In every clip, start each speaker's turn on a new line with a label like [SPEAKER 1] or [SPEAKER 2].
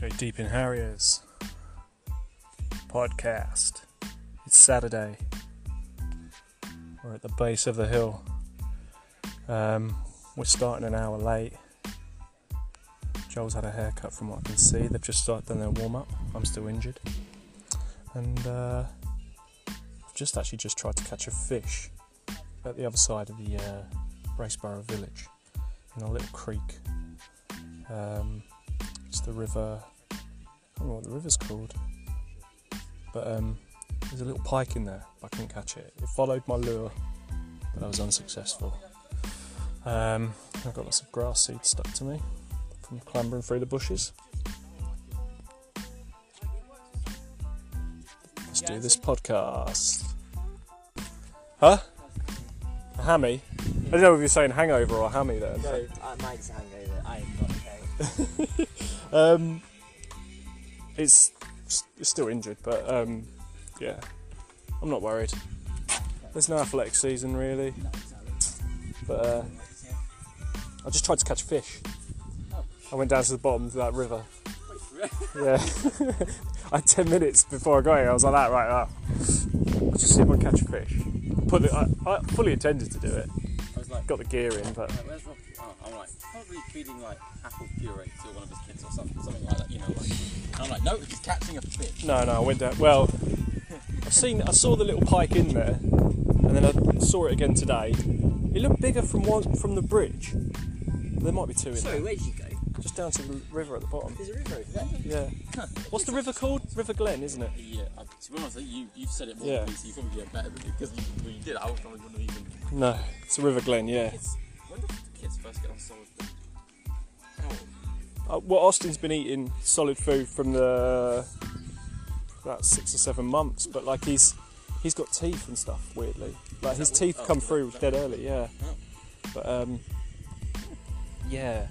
[SPEAKER 1] Go Deep in Harriers podcast. It's Saturday. We're at the base of the hill. Um, we're starting an hour late. Joel's had a haircut from what I can see. They've just started done their warm up. I'm still injured. And uh, I've just actually just tried to catch a fish at the other side of the uh, Raceborough village in a little creek. Um, it's the river. I can't remember what the river's called. But um, there's a little pike in there, but I couldn't catch it. It followed my lure, but I was unsuccessful. Um, I've got lots of grass seeds stuck to me from clambering through the bushes. Let's do this podcast. Huh? A hammy? I don't know if you're saying hangover or hammy there.
[SPEAKER 2] No, uh, Mike's a hangover. I am not okay.
[SPEAKER 1] Um, it's, it's still injured, but um, yeah, I'm not worried. There's no athletic season really, but uh, I just tried to catch fish. I went down to the bottom of that river. Yeah, I had ten minutes before I got here. I was like that right up. I'll just see if I can catch a fish. Put the, I, I fully intended to do it.
[SPEAKER 3] I was like,
[SPEAKER 1] Got the gear in, but
[SPEAKER 3] "Mate, where's Rocky? Oh, I'm like, probably feeding like apple puree to one of his kids or something, something like that, you know. Like, and I'm like, no, he's catching a fish.
[SPEAKER 1] No, no, I went down. Well, I've seen, I saw the little pike in there, and then I saw it again today. It looked bigger from one from the bridge. There might be two in
[SPEAKER 2] Sorry,
[SPEAKER 1] there.
[SPEAKER 2] where did you go?
[SPEAKER 1] Just down to the river at the bottom.
[SPEAKER 2] There's a river over there.
[SPEAKER 1] Yeah. What's the river called? River Glen, isn't it?
[SPEAKER 3] Yeah, I, to be honest, you, you've said it more
[SPEAKER 1] Yeah.
[SPEAKER 3] than me, so you probably get better with it because you, when you did, I was probably wouldn't have even.
[SPEAKER 1] No, it's River Glen. Yeah.
[SPEAKER 3] Kids, when did kids first get on solid food? How old?
[SPEAKER 1] Uh, well, Austin's been eating solid food from the about six or seven months, but like he's he's got teeth and stuff. Weirdly, like his
[SPEAKER 3] that what-
[SPEAKER 1] teeth
[SPEAKER 3] oh,
[SPEAKER 1] come
[SPEAKER 3] is that-
[SPEAKER 1] through
[SPEAKER 3] that-
[SPEAKER 1] dead early. Yeah.
[SPEAKER 3] Oh.
[SPEAKER 1] But um, yeah,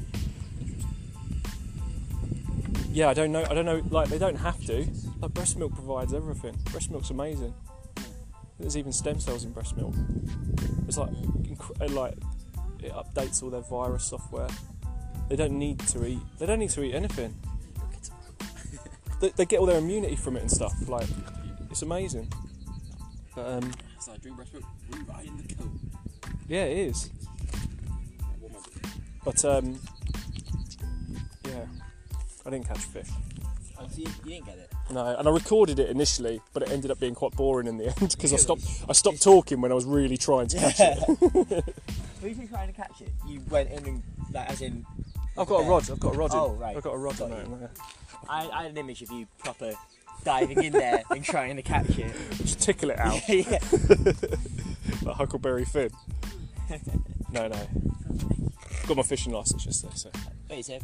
[SPEAKER 1] yeah. I don't know. I don't know. Like they don't have to. Like breast milk provides everything. Breast milk's amazing. There's even stem cells in breast milk. It's like inc- uh, like it updates all their virus software. They don't need to eat. They don't need to eat anything. they, they get all their immunity from it and stuff. Like it's amazing. But um,
[SPEAKER 3] So I drink breast milk, we ride in the coat.
[SPEAKER 1] yeah, it is.
[SPEAKER 3] What am I
[SPEAKER 1] But um, yeah, I didn't catch fish.
[SPEAKER 2] Oh, so you, you didn't get it.
[SPEAKER 1] No, and I recorded it initially, but it ended up being quite boring in the end because I stopped. I stopped talking when I was really trying to catch it.
[SPEAKER 2] Were you trying to catch it? You went in and, like, as in,
[SPEAKER 1] I've got a rod. I've got a rod. In.
[SPEAKER 2] Oh, right.
[SPEAKER 1] I've got a rod.
[SPEAKER 2] Got
[SPEAKER 1] in it, yeah.
[SPEAKER 2] I, I had an image of you proper diving in there and trying to catch it.
[SPEAKER 1] Just tickle it out
[SPEAKER 2] yeah.
[SPEAKER 1] like Huckleberry Finn. No, no. Got my fishing license yesterday, so
[SPEAKER 2] Wait, so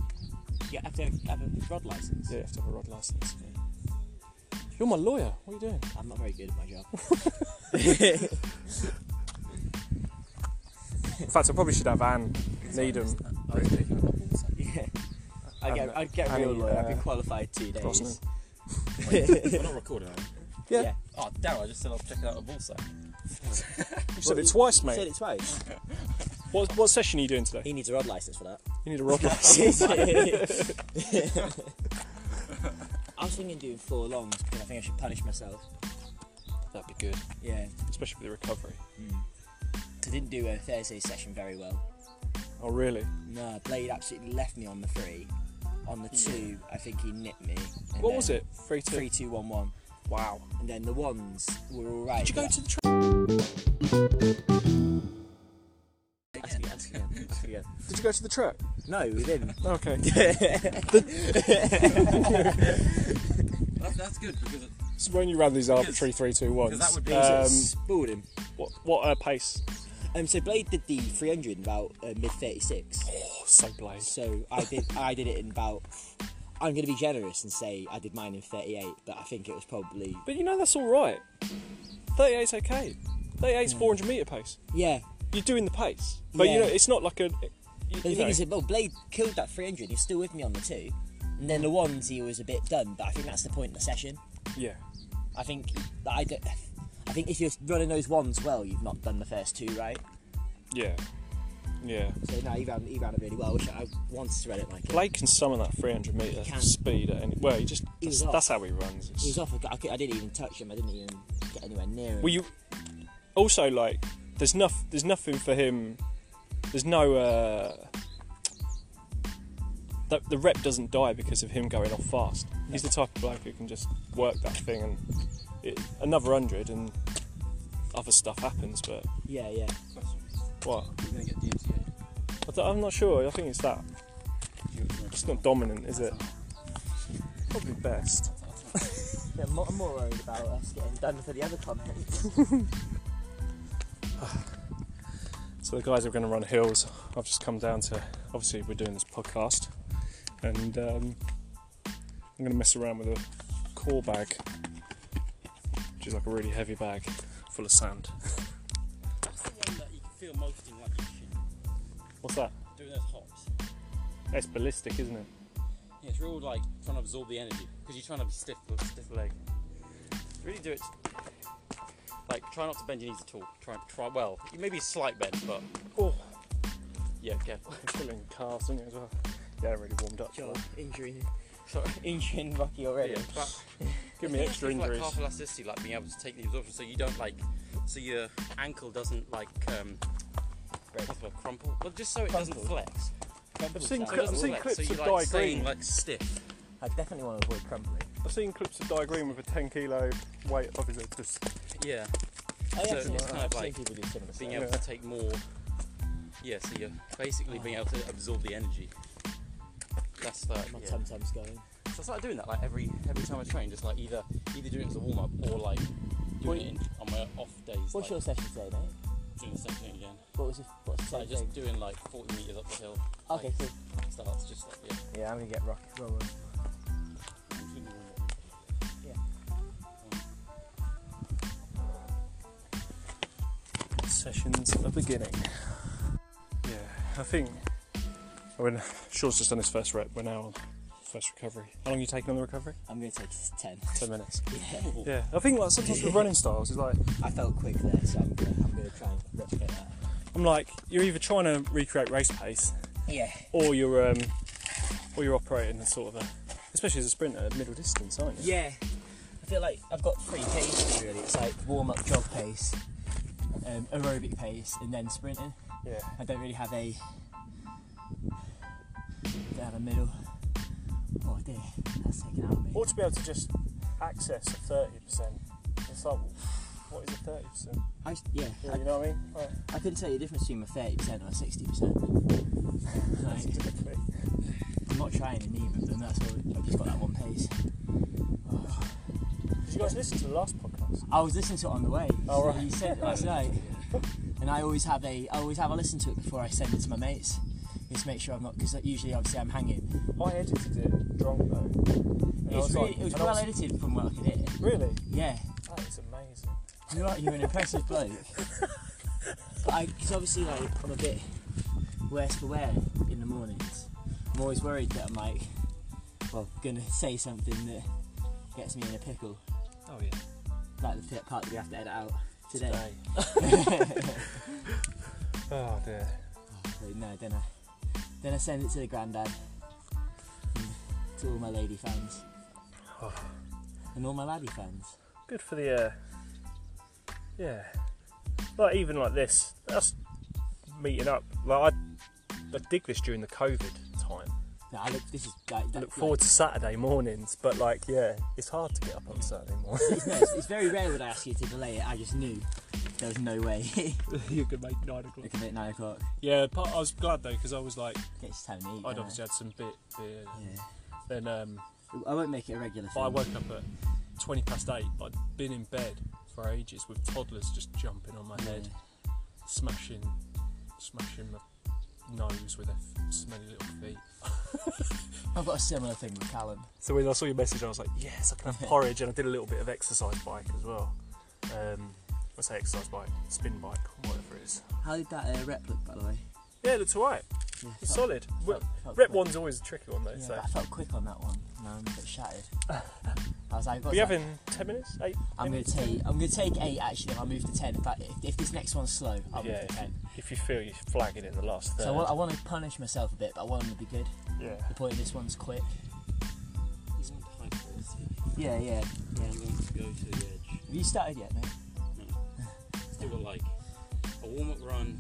[SPEAKER 2] you have to have, have a rod license.
[SPEAKER 1] yeah, you have to have a rod license. You're my lawyer. What are you doing?
[SPEAKER 2] I'm not very good at my job.
[SPEAKER 1] In fact, I probably should have Anne Needham
[SPEAKER 3] I was taking a couple of seconds.
[SPEAKER 2] yeah. I get,
[SPEAKER 1] And-
[SPEAKER 2] I'd get a
[SPEAKER 1] and,
[SPEAKER 2] real lawyer. I've been
[SPEAKER 1] uh,
[SPEAKER 2] qualified two days.
[SPEAKER 1] Brosnan.
[SPEAKER 3] Wait, We're not recording, are we?
[SPEAKER 1] Yeah.
[SPEAKER 2] Yeah.
[SPEAKER 3] Oh, damn, I just said I'll check it out at Bullseye.
[SPEAKER 1] You said it twice,
[SPEAKER 2] You said
[SPEAKER 1] mate.
[SPEAKER 2] it twice.
[SPEAKER 1] What, what session are you doing today?
[SPEAKER 2] He needs a rod license for that.
[SPEAKER 1] You need a rod license.
[SPEAKER 2] I was thinking doing four longs because I think I should punish myself.
[SPEAKER 1] That'd be good,
[SPEAKER 2] Yeah.
[SPEAKER 1] especially for the recovery.
[SPEAKER 2] I didn't do a Thursday session very well.
[SPEAKER 1] Oh, really?
[SPEAKER 2] No, Blade absolutely left me on the three. On the two, I think he nipped me. and
[SPEAKER 1] What
[SPEAKER 2] then
[SPEAKER 1] was it? Three, two.
[SPEAKER 2] Three, two, one, one.
[SPEAKER 1] Wow.
[SPEAKER 2] And then the ones were all right.
[SPEAKER 1] Did you go to the? Tra-
[SPEAKER 2] Ask me, ask me, ask me.
[SPEAKER 1] did you go to the track?
[SPEAKER 2] No, we didn't.
[SPEAKER 1] Okay.
[SPEAKER 3] That's, that's good because it,
[SPEAKER 1] so when you ran these arbitrary three, two, ones,
[SPEAKER 3] that would be-
[SPEAKER 1] um,
[SPEAKER 2] Spoiled him.
[SPEAKER 1] what what uh, pace?
[SPEAKER 2] Um, so Blade did the 300 in about uh, mid 36.
[SPEAKER 1] Oh, so blade.
[SPEAKER 2] So I did I did it in about. I'm going to be generous and say I did mine in 38, but I think it was probably
[SPEAKER 1] But you know that's all right. 38's okay. 38's 400 meter pace.
[SPEAKER 2] yeah.
[SPEAKER 1] You're doing the pace, but you
[SPEAKER 2] Hmm. Yeah.
[SPEAKER 1] know it's not like a. You,
[SPEAKER 2] But the
[SPEAKER 1] you
[SPEAKER 2] thing
[SPEAKER 1] know,
[SPEAKER 2] is, that, well, Blade killed that 300. He was still with me on the two, and then the ones he was a bit done. But I think that's the point of the session.
[SPEAKER 1] yeah.
[SPEAKER 2] I think that I don't. I think if you're running those ones well, you've not done the first two right.
[SPEAKER 1] Yeah. Yeah.
[SPEAKER 2] So no, he ran he ran it really well. Which I wanted to run it like him.
[SPEAKER 1] Blake can summon that 300 metre
[SPEAKER 2] He can.
[SPEAKER 1] speed at any. Well, he just.
[SPEAKER 2] He was
[SPEAKER 1] that's,
[SPEAKER 2] off.
[SPEAKER 1] that's how he runs. It's-
[SPEAKER 2] He was off. I, cou- I didn't even touch him. I didn't even get anywhere near him.
[SPEAKER 1] Well, you also like there's noth- there's nothing for him. There's no uh, the, the rep doesn't die because of him going off fast. He's the type of bloke who can just work that thing and it, another hundred and other stuff happens. But
[SPEAKER 2] yeah, yeah.
[SPEAKER 1] what?
[SPEAKER 3] He's gonna get DMCA.
[SPEAKER 1] I don't- I'm not sure. I think it's that. It's not dominant, is it? Probably best.
[SPEAKER 2] Yeah, I'm more, I'm more worried about us getting done for the other content.
[SPEAKER 1] So the guys are going to run hills. I've just come down to obviously we're doing this podcast, and um, I'm going to mess around with a core bag, which is like a really heavy bag full of sand.
[SPEAKER 3] That's the one that you can feel motioning like you should.
[SPEAKER 1] What's that?
[SPEAKER 3] Doing those hops.
[SPEAKER 1] It's ballistic, isn't it?
[SPEAKER 3] Yeah, it's real like trying to absorb the energy because you're trying to be stiff, stiff leg. Really do it. Like try not to bend your knees at all. Try, try well. Maybe a slight bend, but
[SPEAKER 1] Oh,
[SPEAKER 3] yeah, careful.
[SPEAKER 1] it's killing calves, isn't it as well? Yeah, I really warmed up.
[SPEAKER 2] John, injury,
[SPEAKER 3] Sorry.
[SPEAKER 2] injuring Rocky
[SPEAKER 3] Yeah,
[SPEAKER 2] already.
[SPEAKER 3] but
[SPEAKER 1] Give me extra injuries.
[SPEAKER 3] Like half elasticity, like being able to take the absorption, so you don't like, so your ankle doesn't like um,
[SPEAKER 2] Break.
[SPEAKER 3] what's the word, crumple. Well, just so it doesn't
[SPEAKER 2] Crumple.
[SPEAKER 3] flex.
[SPEAKER 1] I've seen,
[SPEAKER 3] So it
[SPEAKER 1] cli- I've
[SPEAKER 3] doesn't
[SPEAKER 1] seen
[SPEAKER 3] flex.
[SPEAKER 1] clips
[SPEAKER 3] so
[SPEAKER 1] of
[SPEAKER 3] you're
[SPEAKER 1] Di
[SPEAKER 3] like staying
[SPEAKER 1] Green.
[SPEAKER 3] like stiff.
[SPEAKER 2] I definitely want to avoid crumbling.
[SPEAKER 1] I've seen clips of Di Green with a 10 kilo weight opposite just
[SPEAKER 3] Yeah,
[SPEAKER 2] I
[SPEAKER 3] So
[SPEAKER 2] actually
[SPEAKER 3] it's
[SPEAKER 2] I've
[SPEAKER 3] kind of
[SPEAKER 2] seen
[SPEAKER 3] like
[SPEAKER 2] people do similar
[SPEAKER 3] being
[SPEAKER 2] stuff.
[SPEAKER 3] able to take more. Yeah, so you're basically being able to absorb the energy. That's the
[SPEAKER 2] My
[SPEAKER 3] yeah. So
[SPEAKER 2] tum-tum's going.
[SPEAKER 3] I started doing that like every every time I train, just like either either doing it as a warm up or like
[SPEAKER 1] Well,
[SPEAKER 3] doing it in, on my off days.
[SPEAKER 2] What's
[SPEAKER 3] like,
[SPEAKER 2] your session today, mate?
[SPEAKER 3] doing the same thing again?
[SPEAKER 2] What was it? What's
[SPEAKER 3] So
[SPEAKER 2] the
[SPEAKER 3] just
[SPEAKER 2] same thing?
[SPEAKER 3] doing like 40 meters up the hill.
[SPEAKER 2] Okay,
[SPEAKER 3] like,
[SPEAKER 2] cool.
[SPEAKER 3] Stuff that's just like yeah.
[SPEAKER 2] Yeah, I'm gonna get Rocky. Well,
[SPEAKER 1] sessions at the beginning. Yeah, I think. I mean, Sean's just done his first rep. We're now on first recovery. How long are you taking on the recovery?
[SPEAKER 2] I'm gonna take s- ten.
[SPEAKER 1] Ten minutes.
[SPEAKER 2] Yeah.
[SPEAKER 1] Yeah, I think like sometimes with running styles, it's like
[SPEAKER 2] I felt quick there, so I'm gonna, I'm gonna try and replicate that.
[SPEAKER 1] I'm like you're either trying to recreate race pace
[SPEAKER 2] Yeah.
[SPEAKER 1] or you're um or you're operating a sort of a, especially as a sprinter, middle distance, aren't you?
[SPEAKER 2] Yeah. I feel like I've got three paces really. It's like warm up jog pace, um, aerobic pace, and then sprinting.
[SPEAKER 1] Yeah.
[SPEAKER 2] I don't really have a. Don't have a middle. Oh dear, that's taken out of me.
[SPEAKER 1] Or to be able to just access a thirty percent. It's like what is a thirty percent?
[SPEAKER 2] I s- yeah, I,
[SPEAKER 1] You know what I mean? Like,
[SPEAKER 2] I couldn't tell you the difference between a thirty percent or a sixty percent. Like,
[SPEAKER 1] typically.
[SPEAKER 2] I'm not trying in either of them. That's all. I've just got that one pace.
[SPEAKER 1] Did you guys listen to the last podcast?
[SPEAKER 2] I was listening to it on the way.
[SPEAKER 1] Oh, right.
[SPEAKER 2] You said it last night. And I always have a, I always have a listen to it before I send it to my mates. Just make sure I'm not, because usually obviously I'm hanging.
[SPEAKER 1] I edited it drunk though. And I
[SPEAKER 2] It was,
[SPEAKER 1] like-
[SPEAKER 2] really, it was
[SPEAKER 1] Oh, and I
[SPEAKER 2] well edited from what I could hear.
[SPEAKER 1] Really?
[SPEAKER 2] Yeah.
[SPEAKER 1] That is amazing.
[SPEAKER 2] You're right, you're an impressive bloke. But I, because obviously like, I'm a bit worse for wear in the mornings. I'm always worried that I'm like, well, gonna say something that gets me in a pickle.
[SPEAKER 1] Oh yeah.
[SPEAKER 2] Like the th- part that we have to edit out today.
[SPEAKER 1] oh dear.
[SPEAKER 2] Wait, no, then I then I send it to the granddad, and to all my lady fans,
[SPEAKER 1] Oh.
[SPEAKER 2] and all my laddie fans.
[SPEAKER 1] Good for the. Uh, yeah. Like even like this, us meeting up. Like I, I dig this during the COVID time.
[SPEAKER 2] No, I look. This is like,
[SPEAKER 1] I
[SPEAKER 2] that,
[SPEAKER 1] look forward to Saturday mornings, but like yeah, it's hard to get up on Saturday morning.
[SPEAKER 2] Like, no, it's, it's very rare when I ask you to delay it. I just knew there was no way.
[SPEAKER 1] you could make nine o'clock.
[SPEAKER 2] Look at it nine o'clock.
[SPEAKER 1] Yeah, but I was glad though because I was like,
[SPEAKER 2] It's time to eat.
[SPEAKER 1] I'd
[SPEAKER 2] don't
[SPEAKER 1] obviously had some bit beer.
[SPEAKER 2] I? Yeah.
[SPEAKER 1] Then um,
[SPEAKER 2] I won't make it a regular thing.
[SPEAKER 1] I woke up at twenty past eight. I'd been in bed for ages with toddlers just jumping on my
[SPEAKER 2] Yeah.
[SPEAKER 1] head. smashing, smashing my nose with their f- smelly little feet.
[SPEAKER 2] I've got a similar thing with Callum.
[SPEAKER 1] So when I saw your message, I was like, yes, I can have porridge, and I did a little bit of exercise bike as well. Um, I say exercise bike, spin bike, whatever it is.
[SPEAKER 2] How did that uh, rep look, by the way?
[SPEAKER 1] Yeah, it looks alright. Solid.
[SPEAKER 2] Felt-
[SPEAKER 1] Re-
[SPEAKER 2] felt
[SPEAKER 1] Rep
[SPEAKER 2] quick.
[SPEAKER 1] one's always a tricky one though.
[SPEAKER 2] Yeah,
[SPEAKER 1] so.
[SPEAKER 2] but I felt quick on that one, and I'm a bit shattered. I was like, I've got
[SPEAKER 1] We
[SPEAKER 2] to-
[SPEAKER 1] have in ten minutes, eight.
[SPEAKER 2] I'm gonna
[SPEAKER 1] maybe?
[SPEAKER 2] take. I'm gonna take eight actually. and I'll move to ten. If, that, if, if this next one's slow, I'll
[SPEAKER 1] Yeah.
[SPEAKER 2] move to ten.
[SPEAKER 1] If you feel you're flagging in the last third.
[SPEAKER 2] So I want, I want to punish myself a bit, but I want them to be good.
[SPEAKER 1] yeah.
[SPEAKER 2] The point of this one's quick.
[SPEAKER 4] He's on high quality.
[SPEAKER 2] Yeah, yeah, yeah.
[SPEAKER 4] I'm going to go to the edge.
[SPEAKER 2] Have you started yet, mate?
[SPEAKER 3] Still got like a warm up run,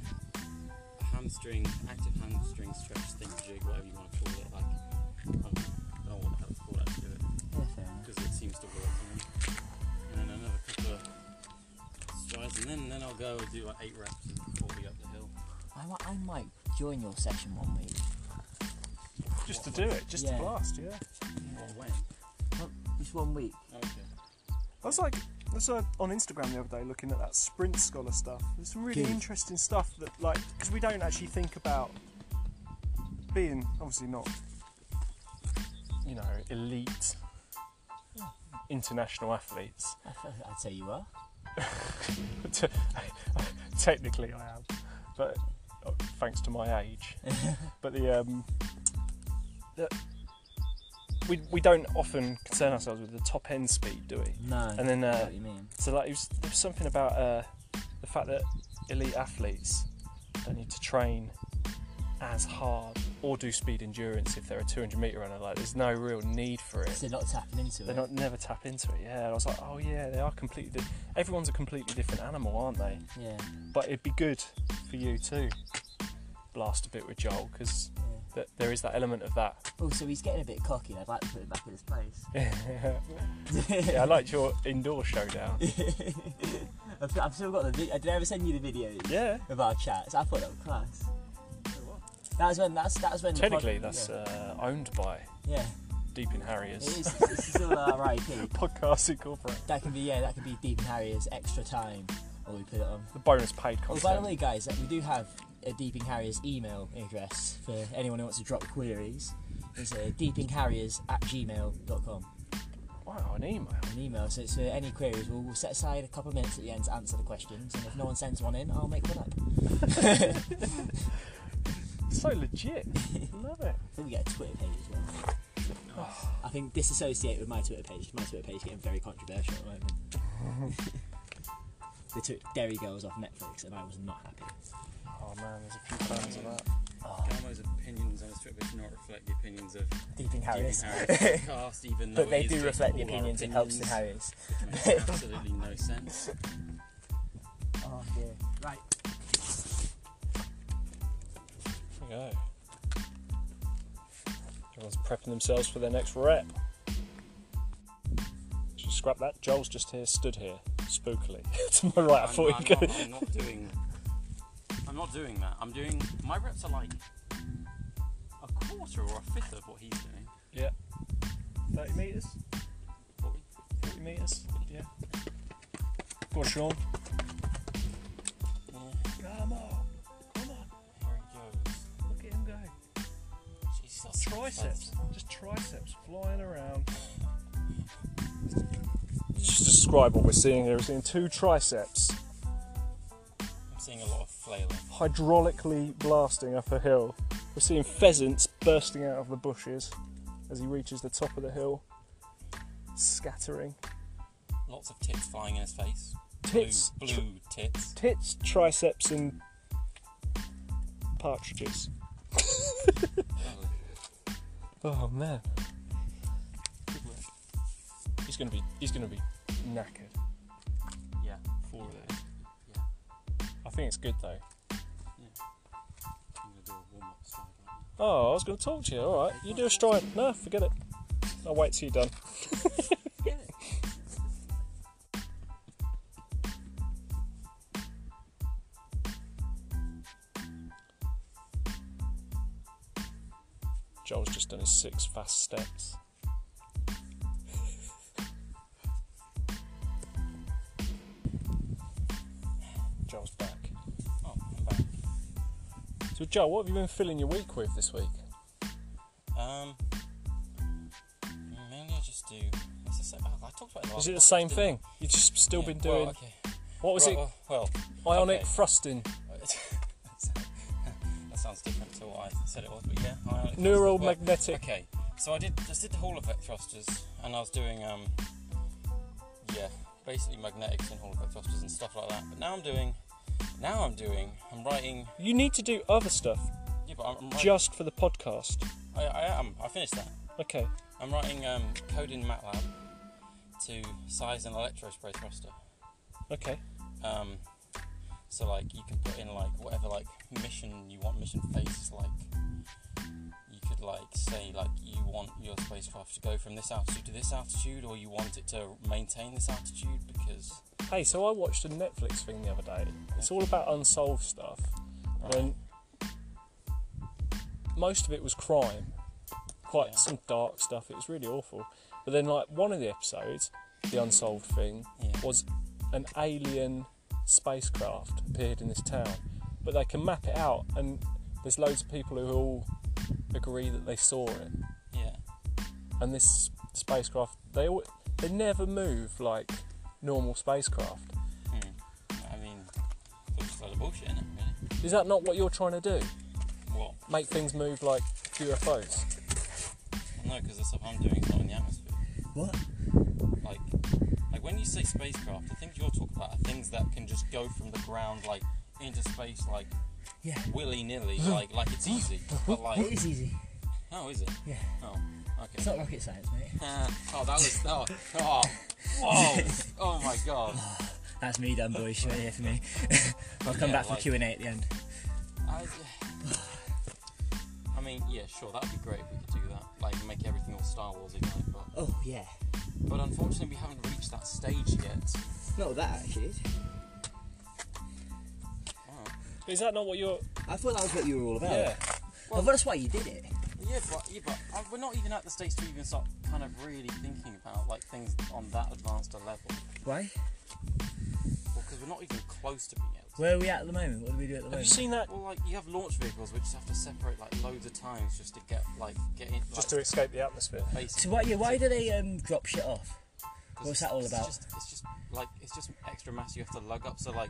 [SPEAKER 3] a hamstring, active hamstring stretch thing, jig, whatever you want to call it. Like, I don't know what the hell it's called actually,
[SPEAKER 2] Yeah, fair enough.
[SPEAKER 3] because it seems to work. You know? And then another couple of strides, and then, then I'll go do like eight reps and 40 up the hill.
[SPEAKER 2] I, mi- I might join your session one week.
[SPEAKER 1] Just to do it, just
[SPEAKER 2] Yeah.
[SPEAKER 1] to blast. Yeah.
[SPEAKER 2] Oh,
[SPEAKER 3] What, when?
[SPEAKER 2] Just one week.
[SPEAKER 3] Okay.
[SPEAKER 1] I was like, I was uh, on Instagram the other day looking at that Sprint Scholar stuff. There's some really
[SPEAKER 2] Good.
[SPEAKER 1] interesting stuff that, like, because we don't actually think about being obviously not, you know, elite international athletes.
[SPEAKER 2] I feel- I'd say you are.
[SPEAKER 1] Technically, I am, but oh, thanks to my age. but the um, the, we we don't often concern ourselves with the top end speed, do we?
[SPEAKER 2] No.
[SPEAKER 1] And then
[SPEAKER 2] I know
[SPEAKER 1] uh,
[SPEAKER 2] what you mean?
[SPEAKER 1] so like, it was, there was something about uh, the fact that elite athletes don't need to train as hard or do speed endurance if they're a 200 meter runner. Like, there's no real need for it.
[SPEAKER 2] So not tapping into
[SPEAKER 1] They
[SPEAKER 2] it.
[SPEAKER 1] not never tap into it. Yeah, and I was like, oh yeah, they are completely. Di- Everyone's a completely different animal, aren't they?
[SPEAKER 2] Yeah.
[SPEAKER 1] But it'd be good for you too. Blast a bit with Joel because
[SPEAKER 2] yeah.
[SPEAKER 1] th- there is that element of that.
[SPEAKER 2] Also, he's getting a bit cocky. I'd like to put him back in his place.
[SPEAKER 1] yeah, I liked your indoor showdown.
[SPEAKER 2] I've, I've still got the. Vid- did I ever send you the videos
[SPEAKER 1] Yeah,
[SPEAKER 2] of our chats? I thought that was class. That was when. That's that's when. the pod-
[SPEAKER 1] technically that's
[SPEAKER 2] yeah.
[SPEAKER 1] uh, owned by
[SPEAKER 2] yeah.
[SPEAKER 1] Deep in
[SPEAKER 2] It
[SPEAKER 1] Harriers.
[SPEAKER 2] is. It's still our IP.
[SPEAKER 1] Podcast Incorporated.
[SPEAKER 2] That can be yeah. That could be Deep and Harriers extra time, or we put it on.
[SPEAKER 1] The bonus paid
[SPEAKER 2] Oh,
[SPEAKER 1] content.
[SPEAKER 2] by the way, guys, that we do have a Deeping Harriers email address for anyone who wants to drop queries. It's uh, deepingharriers at gmail.com.
[SPEAKER 1] wow, an email.
[SPEAKER 2] An email, so it's for any queries. We'll, we'll set aside a couple of minutes at the end to answer the questions, and if no one sends one in, I'll make one up.
[SPEAKER 1] So legit. Love it.
[SPEAKER 2] I think we get a Twitter page as well. I think disassociate with my Twitter page. My Twitter page is getting very controversial at the moment. they took Dairy Girls off Netflix, and I was not happy.
[SPEAKER 1] Oh man, there's a few fans of that.
[SPEAKER 2] Oh.
[SPEAKER 3] Galmo's opinions on the strip do not reflect the opinions of
[SPEAKER 2] Deeping Harriers.
[SPEAKER 3] Deeping Harriers cast, even though
[SPEAKER 2] But they
[SPEAKER 3] it is
[SPEAKER 2] do
[SPEAKER 3] just
[SPEAKER 2] reflect the
[SPEAKER 3] all our
[SPEAKER 2] opinions of Helps and
[SPEAKER 3] opinions.
[SPEAKER 2] Harriers.
[SPEAKER 3] Makes absolutely no sense.
[SPEAKER 2] Oh, dear. Right.
[SPEAKER 1] There we go. Everyone's prepping themselves for their next rep. Should we scrap that? Joel's just here, stood here, spookily. to my right, I
[SPEAKER 3] I'm-
[SPEAKER 1] thought
[SPEAKER 3] I'm
[SPEAKER 1] you were
[SPEAKER 3] not- I'm not doing. I'm not doing that. I'm doing. My reps are like a quarter or a fifth of what he's doing.
[SPEAKER 1] Yeah. 30 metres?
[SPEAKER 3] Forty.
[SPEAKER 1] 40 metres? Yeah. Go on, Sean.
[SPEAKER 3] Yeah.
[SPEAKER 1] Come on. Come on.
[SPEAKER 3] Here he goes.
[SPEAKER 1] Look at him go.
[SPEAKER 3] Jesus. Christ.
[SPEAKER 1] Just triceps flying around. Just describe what we're seeing here. We're seeing two triceps
[SPEAKER 3] I'm seeing a lot of flailing.
[SPEAKER 1] hydraulically blasting up a hill. We're seeing pheasants bursting out of the bushes as he reaches the top of the hill, scattering.
[SPEAKER 3] Lots of tits flying in his face.
[SPEAKER 1] Tits,
[SPEAKER 3] Blue,
[SPEAKER 1] tr-
[SPEAKER 3] blue tits.
[SPEAKER 1] tits, triceps, and partridges. Oh man, he's gonna be he's gonna be knackered.
[SPEAKER 3] Yeah.
[SPEAKER 1] Four of those. I think it's good though.
[SPEAKER 3] I'm gonna do a warm up stride right now.
[SPEAKER 1] Oh, I was going to talk to you. All right, you do a stride. No, forget it. I'll wait till you're done. Joel's just done his six fast steps. Joel's back.
[SPEAKER 3] Oh, I'm back.
[SPEAKER 1] So, Joel, what have you been filling your week with this week?
[SPEAKER 3] Um, mainly I just do. It's the same, oh, I talked about it.
[SPEAKER 1] Is
[SPEAKER 3] last
[SPEAKER 1] it the
[SPEAKER 3] podcast,
[SPEAKER 1] same
[SPEAKER 3] didn't I?
[SPEAKER 1] thing? You've just still
[SPEAKER 3] Yeah,
[SPEAKER 1] been
[SPEAKER 3] well,
[SPEAKER 1] doing.
[SPEAKER 3] okay.
[SPEAKER 1] What was
[SPEAKER 3] Right,
[SPEAKER 1] it?
[SPEAKER 3] Well, well
[SPEAKER 1] Ionic
[SPEAKER 3] okay.
[SPEAKER 1] thrusting.
[SPEAKER 3] that sounds different to what I said it was, but yeah. ionic
[SPEAKER 1] Neural
[SPEAKER 3] thrusters work.
[SPEAKER 1] magnetic.
[SPEAKER 3] Okay, so I did just did the Hall effect thrusters, and I was doing um, yeah, basically magnetics and Hall effect thrusters and stuff like that. But now I'm doing, now I'm doing, I'm writing.
[SPEAKER 1] You need to do other stuff
[SPEAKER 3] Yeah, but I'm, I'm writing,
[SPEAKER 1] just for the podcast.
[SPEAKER 3] I, I am. I finished that.
[SPEAKER 1] Okay.
[SPEAKER 3] I'm writing um, code in MATLAB to size an electrospray thruster.
[SPEAKER 1] Okay.
[SPEAKER 3] Um, so like you can put in like whatever like mission you want mission phases like you could like say like you want your spacecraft to go from this altitude to this altitude or you want it to maintain this altitude because
[SPEAKER 1] Hey, so I watched a Netflix thing the other day. It's all about unsolved stuff. And most of it was crime, quite
[SPEAKER 3] Yeah.
[SPEAKER 1] some dark stuff. It was really awful. But then, like one of the episodes, the unsolved thing
[SPEAKER 3] Yeah.
[SPEAKER 1] was an alien spacecraft appeared in this town, but they can map it out, and there's loads of people who all agree that they saw it.
[SPEAKER 3] yeah
[SPEAKER 1] And this spacecraft, they all, they never move like normal spacecraft.
[SPEAKER 3] hmm. I mean it's just a lot of bullshit in it really
[SPEAKER 1] Is that not what you're trying to do?
[SPEAKER 3] well
[SPEAKER 1] make things move like UFOs.
[SPEAKER 3] no because the stuff I'm doing is not in the atmosphere
[SPEAKER 2] What?
[SPEAKER 3] like like when you say spacecraft the things you're talking about are things that can just go from the ground like into space like
[SPEAKER 2] Yeah.
[SPEAKER 3] willy nilly like like it's easy but
[SPEAKER 2] It
[SPEAKER 3] like
[SPEAKER 2] is easy.
[SPEAKER 3] oh is it
[SPEAKER 2] Yeah.
[SPEAKER 3] oh
[SPEAKER 2] It's
[SPEAKER 3] okay
[SPEAKER 2] not rocket science, mate.
[SPEAKER 3] Uh, oh, that was oh, oh, whoa, oh my god!
[SPEAKER 2] That's me done, boys. Right here for me. I'll come
[SPEAKER 3] Yeah,
[SPEAKER 2] back for
[SPEAKER 3] like-
[SPEAKER 2] Q and A at the end.
[SPEAKER 3] I, I mean, yeah, sure, that'd be great if we could do that, like make everything all Star Wars again. But
[SPEAKER 2] Oh yeah.
[SPEAKER 3] but unfortunately, we haven't reached that stage yet.
[SPEAKER 2] Not that actually.
[SPEAKER 1] Is that not what you're?
[SPEAKER 2] I thought that was what you were all about.
[SPEAKER 1] Yeah.
[SPEAKER 2] Well, that's why you did it.
[SPEAKER 3] Yeah, but yeah, but uh, we're not even at the stage to even start kind of really thinking about like things on that advanced a level,
[SPEAKER 2] Why?
[SPEAKER 3] because we're not even close to being able. to.
[SPEAKER 2] Where are we at at the moment? What do we do at
[SPEAKER 1] Have
[SPEAKER 2] the
[SPEAKER 1] you
[SPEAKER 2] moment?
[SPEAKER 1] seen that?
[SPEAKER 3] Well, like you have launch vehicles, which have to separate like loads of times just to get like get in. Like,
[SPEAKER 1] Just to escape the atmosphere.
[SPEAKER 3] basically-
[SPEAKER 2] So why, yeah, why do they um, drop shit off?
[SPEAKER 3] 'Cause
[SPEAKER 2] What's
[SPEAKER 3] it's-
[SPEAKER 2] that all about?
[SPEAKER 3] It's just, it's just like it's just extra mass you have to lug up. So like,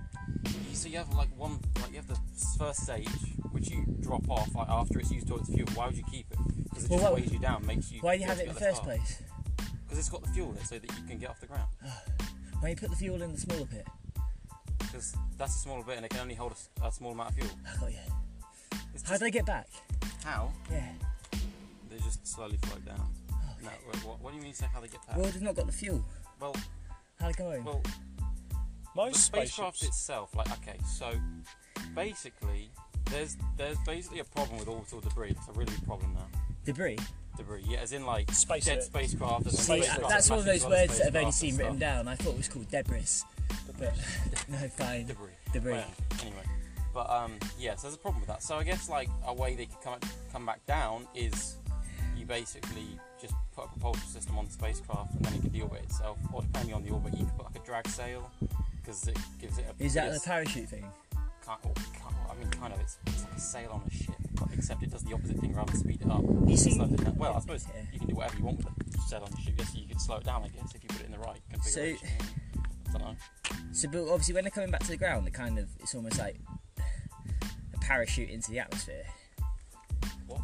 [SPEAKER 3] you, so you have like one, like you have the first stage which you drop off like after it's used all its fuel. Why would you keep it? Because it
[SPEAKER 2] Well,
[SPEAKER 3] just
[SPEAKER 2] why-
[SPEAKER 3] weighs you down, makes you.
[SPEAKER 2] Why do you have it in the first place?
[SPEAKER 3] Because it's got the fuel in it, so that you can get off the ground.
[SPEAKER 2] Why you put the fuel in the smaller pit?
[SPEAKER 3] Because that's a smaller bit, and it can only hold a s- a, small amount of fuel.
[SPEAKER 2] I got you.
[SPEAKER 3] It's
[SPEAKER 2] How do
[SPEAKER 3] just
[SPEAKER 2] they get back?
[SPEAKER 3] how
[SPEAKER 2] Yeah.
[SPEAKER 3] they just slowly float down. No, wait, what, what do you mean? Say how they get back?
[SPEAKER 2] Oh, Well,
[SPEAKER 3] Well,
[SPEAKER 2] they've not got the fuel.
[SPEAKER 3] well,
[SPEAKER 2] How do they go home?
[SPEAKER 3] well the
[SPEAKER 1] Most
[SPEAKER 3] spacecraft
[SPEAKER 1] spaceships.
[SPEAKER 3] itself, like okay, so basically there's there's basically a problem with orbital debris. It's a really big problem now.
[SPEAKER 2] Debris.
[SPEAKER 3] Debris, yeah, as in like
[SPEAKER 1] Space
[SPEAKER 3] dead
[SPEAKER 1] it.
[SPEAKER 3] spacecraft. And then
[SPEAKER 2] See,
[SPEAKER 3] spacecraft
[SPEAKER 2] that's one of
[SPEAKER 3] smashing
[SPEAKER 2] those
[SPEAKER 3] other
[SPEAKER 2] words that I've only
[SPEAKER 3] spacecraft
[SPEAKER 2] seen
[SPEAKER 3] and
[SPEAKER 2] written
[SPEAKER 3] stuff.
[SPEAKER 2] down. I thought it was called debris. But no, fine.
[SPEAKER 3] Debris.
[SPEAKER 2] Debris.
[SPEAKER 3] Well, anyway, but um, yeah, so there's a problem with that. So I guess like a way they could come come back down is you basically just put a propulsion system on the spacecraft and then it can deal with it itself. Or depending on the orbit, you could put like a drag sail because it gives it a
[SPEAKER 2] Is that
[SPEAKER 3] it's-
[SPEAKER 2] the parachute thing?
[SPEAKER 3] kind of, kind of- I mean, kind of, it's, it's like a sail on a ship, but except it does the opposite thing rather than speed it up.
[SPEAKER 2] You see-
[SPEAKER 3] Slow it down. well, I suppose
[SPEAKER 2] Yeah.
[SPEAKER 3] you can do whatever you want with a sail on a ship. Yes, you could slow it down, I guess, if you put it in the right configuration. I don't know.
[SPEAKER 2] So, but obviously, when they're coming back to the ground, it kind of it's almost like a parachute into the atmosphere.
[SPEAKER 3] What?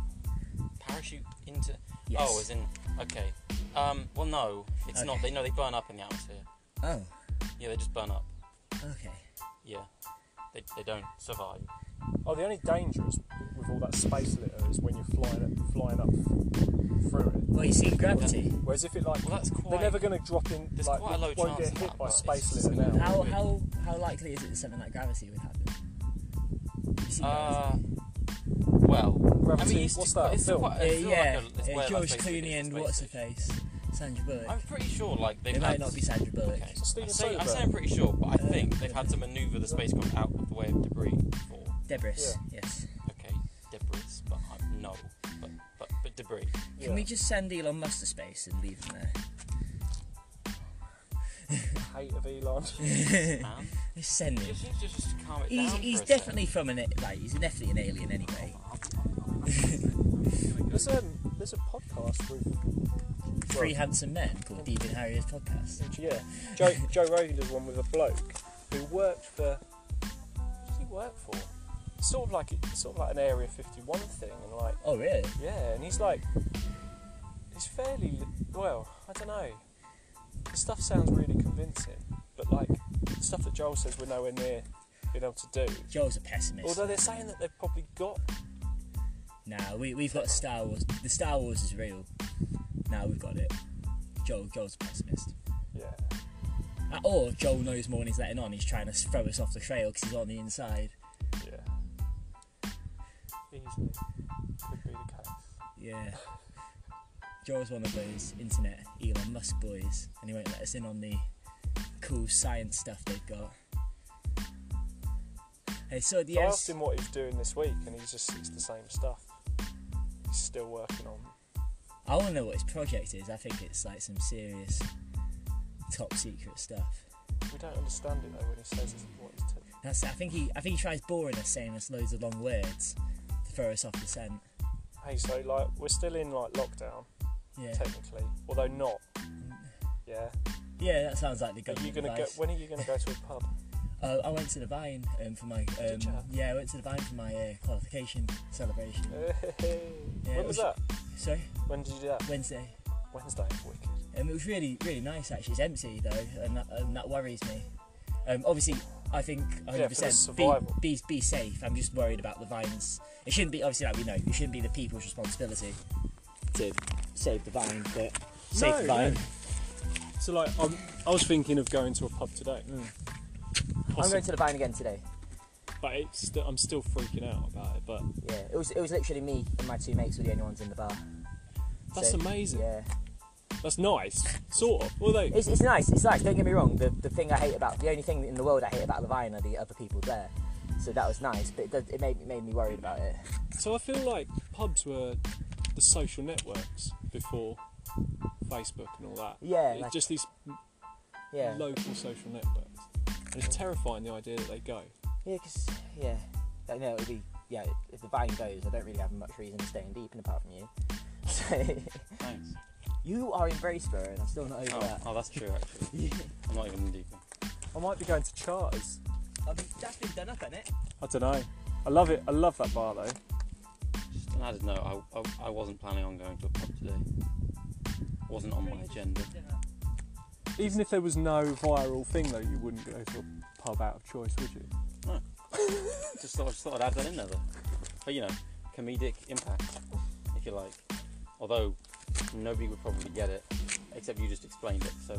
[SPEAKER 3] Parachute into.
[SPEAKER 2] Yes.
[SPEAKER 3] Oh, as in. Okay. Um, well, no, it's not.
[SPEAKER 2] Okay.
[SPEAKER 3] They know they burn up in the atmosphere.
[SPEAKER 2] Oh,
[SPEAKER 3] Yeah, they just burn up.
[SPEAKER 2] okay.
[SPEAKER 3] Yeah. They, they don't survive.
[SPEAKER 1] Oh, the only danger is with all that space litter is when you're flying it, flying up through it.
[SPEAKER 2] Well, you see, gravity.
[SPEAKER 1] Whereas if it like,
[SPEAKER 3] Well, that's quite.
[SPEAKER 1] they're never going to drop in.
[SPEAKER 3] There's
[SPEAKER 1] like,
[SPEAKER 3] quite a low
[SPEAKER 1] won't
[SPEAKER 3] chance
[SPEAKER 1] get
[SPEAKER 3] of
[SPEAKER 1] hit
[SPEAKER 3] that,
[SPEAKER 1] by
[SPEAKER 3] but
[SPEAKER 1] space
[SPEAKER 3] it's just
[SPEAKER 1] litter
[SPEAKER 3] gonna
[SPEAKER 1] now.
[SPEAKER 2] How
[SPEAKER 3] Good.
[SPEAKER 2] how how likely is it that something like gravity would happen? You see gravity?
[SPEAKER 3] Uh, well, I mean,
[SPEAKER 1] Gravity,
[SPEAKER 3] it's
[SPEAKER 1] what's
[SPEAKER 3] quite-
[SPEAKER 1] that,
[SPEAKER 3] It's
[SPEAKER 1] film?
[SPEAKER 3] quite,
[SPEAKER 2] Uh,
[SPEAKER 3] I feel
[SPEAKER 2] yeah,
[SPEAKER 3] like a, it's
[SPEAKER 2] uh,
[SPEAKER 3] where, like,
[SPEAKER 2] George
[SPEAKER 3] basically
[SPEAKER 2] Clooney
[SPEAKER 3] it's
[SPEAKER 2] and
[SPEAKER 3] space
[SPEAKER 2] what's her
[SPEAKER 3] station.
[SPEAKER 2] face, Sandra Bullock.
[SPEAKER 3] I'm pretty sure, like they've
[SPEAKER 2] it might
[SPEAKER 3] had-
[SPEAKER 2] not be Sandra Bullock.
[SPEAKER 3] Okay. I
[SPEAKER 1] Steven
[SPEAKER 3] say, I
[SPEAKER 1] Soderbergh.
[SPEAKER 3] say I'm pretty sure, but I
[SPEAKER 2] Uh,
[SPEAKER 3] think they've had to manoeuvre the spacecraft out of the way of debris before.
[SPEAKER 2] Debris.
[SPEAKER 1] Yeah.
[SPEAKER 2] Yes.
[SPEAKER 3] Okay, debris, but I, no, but but but debris.
[SPEAKER 2] Can we just send Elon Musk to space and leave him there?
[SPEAKER 1] hate of Elon?
[SPEAKER 3] Man,
[SPEAKER 2] Just send him.
[SPEAKER 3] just, just, just, just calm it
[SPEAKER 2] He's,
[SPEAKER 3] down.
[SPEAKER 2] he's
[SPEAKER 3] for a sec.
[SPEAKER 2] definitely from an a- like he's definitely an alien anyway.
[SPEAKER 1] there's um, there's a podcast with
[SPEAKER 2] Three handsome men called Deep and Harriers podcast.
[SPEAKER 1] yeah, Joe Joe Rogan does one with a bloke who worked for. What did he work for? sort of like sort of like an Area 51 thing, and like
[SPEAKER 2] Oh really?
[SPEAKER 1] yeah, and he's like he's fairly li- well. I don't know. The stuff sounds really convincing, but like the stuff that Joel says we're nowhere near being able to do.
[SPEAKER 2] Joel's a pessimist.
[SPEAKER 1] Although they're saying that they've probably got
[SPEAKER 2] Nah, we we've got Star Wars. The Star Wars is real. Now nah, we've got it. Joel Joel's a pessimist.
[SPEAKER 1] yeah.
[SPEAKER 2] Uh, Or Joel knows more than he's letting on. He's trying to throw us off the trail because he's on the inside.
[SPEAKER 1] Yeah. Easily. Could be the case.
[SPEAKER 2] Yeah. Joel's one of those internet Elon Musk boys, and he won't let us in on the cool science stuff they've got. Hey, so the
[SPEAKER 1] So I
[SPEAKER 2] end-
[SPEAKER 1] asked him what he was doing this week, and he's just, it's the same stuff. He's still working on.
[SPEAKER 2] I want to know what his project is. I think it's like some serious top secret stuff.
[SPEAKER 1] We don't understand it, though, when he says it's what he's doing.
[SPEAKER 2] That's. I think he. I think he tries boring us, saying us loads of long words to throw us off the scent.
[SPEAKER 1] Hey, so, like, we're still in, like, lockdown,
[SPEAKER 2] Yeah.
[SPEAKER 1] technically, although not. Yeah.
[SPEAKER 2] Yeah, that sounds like the
[SPEAKER 1] Are
[SPEAKER 2] government
[SPEAKER 1] you gonna go,
[SPEAKER 2] advice.
[SPEAKER 1] when are you going to go to a pub?
[SPEAKER 2] Uh, I went to the Vine um, for my. Um,
[SPEAKER 1] Did ya?
[SPEAKER 2] yeah, I went to the Vine for my uh, qualification celebration. Yeah,
[SPEAKER 1] when
[SPEAKER 2] it
[SPEAKER 1] was
[SPEAKER 2] was-
[SPEAKER 1] that?
[SPEAKER 2] Sorry,
[SPEAKER 1] When did you do that?
[SPEAKER 2] Wednesday.
[SPEAKER 1] Wednesday. Wicked.
[SPEAKER 2] Um, it was really, really nice actually. It's empty though, and that, um, that worries me. Um, obviously, I think 100%
[SPEAKER 1] Yeah, for the survival.
[SPEAKER 2] be, be, be safe. I'm just worried about the vines. It shouldn't be, obviously, like we know, it shouldn't be the people's responsibility to save the vine, but save
[SPEAKER 1] No,
[SPEAKER 2] the vine.
[SPEAKER 1] So, like, I'm, I was thinking of going to a pub today.
[SPEAKER 5] Hmm. I'm going to the Vine again today.
[SPEAKER 1] But it's st- I'm still freaking out about it, but
[SPEAKER 5] Yeah, it was it was literally me and my two mates were the only ones in the bar.
[SPEAKER 1] that's
[SPEAKER 5] So,
[SPEAKER 1] amazing.
[SPEAKER 5] Yeah,
[SPEAKER 1] That's nice, sort of. Although,
[SPEAKER 5] it's, it's nice. It's nice. Don't get me wrong. The, the thing I hate about the only thing in the world I hate about the Vine are the other people there. So that was nice, but it, does, it made it made me worried about it.
[SPEAKER 1] so I feel like pubs were the social networks before Facebook and all that.
[SPEAKER 5] Yeah,
[SPEAKER 1] It's
[SPEAKER 5] like-
[SPEAKER 1] just these
[SPEAKER 5] Yeah,
[SPEAKER 1] local social networks. And it's terrifying the idea that they go.
[SPEAKER 5] yeah, because yeah, I know it'd be yeah. If the Vine goes, I don't really have much reason to stay in deep, and apart from you, so
[SPEAKER 3] Thanks.
[SPEAKER 5] you are in Braceborough, and I'm still not over
[SPEAKER 3] Oh,
[SPEAKER 5] that.
[SPEAKER 3] oh, that's true actually. I'm not even in Deacon.
[SPEAKER 1] I might be going to Charters.
[SPEAKER 2] I mean, that's been done up, hasn't it?
[SPEAKER 1] I don't know. I love it. I love that bar though.
[SPEAKER 3] Just an added note, I, I, I wasn't planning on going to a pub today. Wasn't on my agenda.
[SPEAKER 1] Even if there was no viral thing though, you wouldn't go to a pub out of choice, would you?
[SPEAKER 3] Just thought, just thought I'd add that in there though. But you know, comedic impact, if you like. Although nobody would probably get it, except you just explained it, so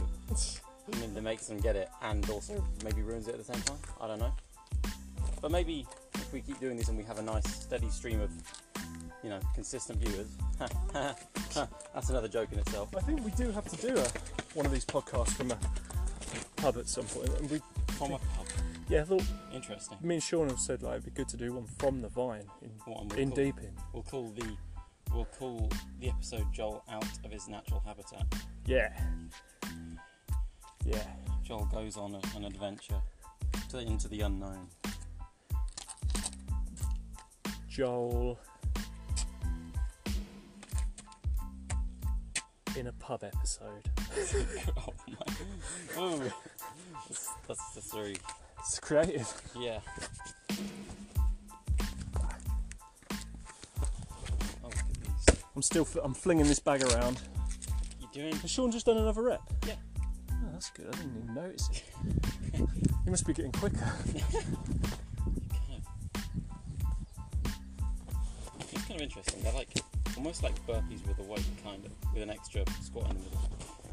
[SPEAKER 3] I mean, that makes them get it and also maybe ruins it at the same time. I don't know. But maybe if we keep doing this and we have a nice steady stream of, you know, consistent viewers, that's another joke in itself.
[SPEAKER 1] I think we do have to do a, one of these podcasts from a pub at some point. And we,
[SPEAKER 3] From a pub.
[SPEAKER 1] yeah, I thought
[SPEAKER 3] Interesting.
[SPEAKER 1] me and Sean have said like it'd be good to do one from the vine in,
[SPEAKER 3] What, and we'll
[SPEAKER 1] in
[SPEAKER 3] call-
[SPEAKER 1] Deeping.
[SPEAKER 3] We'll call the we'll call the episode Joel out of his natural habitat.
[SPEAKER 1] Yeah. Yeah.
[SPEAKER 3] Joel goes on a, an adventure to, into the unknown.
[SPEAKER 1] Joel in a pub episode.
[SPEAKER 3] oh my! Ooh. That's, that's the three.
[SPEAKER 1] It's creative.
[SPEAKER 3] Yeah. Oh, look at these.
[SPEAKER 1] I'm still fl- I'm flinging this bag around.
[SPEAKER 3] You doing?
[SPEAKER 1] Has Sean just done another rep?
[SPEAKER 3] Yeah.
[SPEAKER 1] Oh, that's good. I didn't even notice it. you must be getting quicker.
[SPEAKER 3] Kind of, it's kind of interesting. They're like almost like burpees with a weight, kind of, with an extra squat in the middle.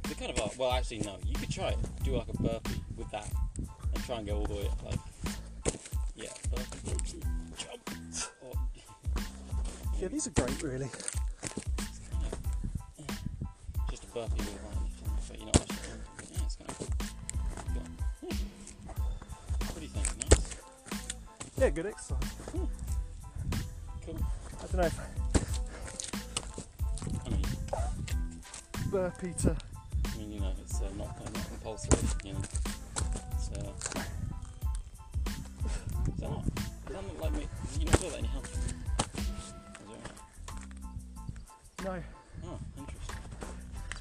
[SPEAKER 3] They kind of are. Well, actually, no. You could try it. Do like a burpee with that, and try and go all the way up. Like, yeah, burpee, jump. Or,
[SPEAKER 1] Yeah, these are great, really.
[SPEAKER 3] it's kind of yeah, just a burpee with a weight, but you're not actually. doing it. Yeah, it's kind of. Cool. Yeah. What do you think? Nice.
[SPEAKER 1] Yeah, good exercise.
[SPEAKER 3] Cool.
[SPEAKER 1] I don't know if
[SPEAKER 3] I mean,
[SPEAKER 1] burpee to
[SPEAKER 3] I mean, you know, it's uh, not, not compulsory, you know. It's, uh, is that not, is that not like me? You not feel that in your house? Is it?
[SPEAKER 1] no.
[SPEAKER 3] Oh, interesting.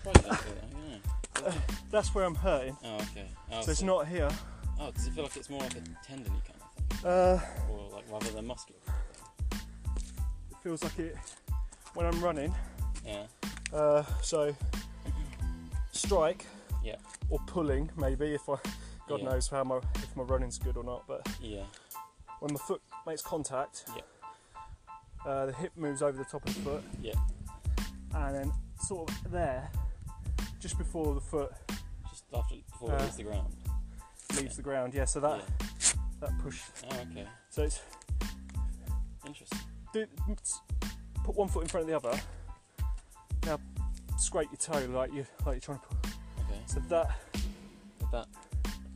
[SPEAKER 3] Surprised you don't feel that, you know.
[SPEAKER 1] That's where I'm hurting.
[SPEAKER 3] Oh, okay. Oh,
[SPEAKER 1] So it's not here.
[SPEAKER 3] Oh, does it feel like it's more like a tendony kind of
[SPEAKER 1] Uh,
[SPEAKER 3] thing? Or like rather than muscular.
[SPEAKER 1] It feels like it when I'm running.
[SPEAKER 3] Yeah.
[SPEAKER 1] Uh, so strike.
[SPEAKER 3] Yeah.
[SPEAKER 1] Or pulling, maybe if I, God
[SPEAKER 3] Yeah.
[SPEAKER 1] knows how my if my running's good or not. But
[SPEAKER 3] Yeah.
[SPEAKER 1] when the foot makes contact,
[SPEAKER 3] Yeah.
[SPEAKER 1] uh, the hip moves over the top of the foot.
[SPEAKER 3] Yeah.
[SPEAKER 1] And then sort of there, just before the foot
[SPEAKER 3] Just after before
[SPEAKER 1] Uh,
[SPEAKER 3] it hits the ground.
[SPEAKER 1] leaves the ground. Yeah. So that that push.
[SPEAKER 3] Yeah. Oh, okay.
[SPEAKER 1] So it's
[SPEAKER 3] Interesting.
[SPEAKER 1] do, s- put one foot in front of the other. Now scrape your toe like you like you're trying to. Pull.
[SPEAKER 3] Okay.
[SPEAKER 1] So that
[SPEAKER 3] With that.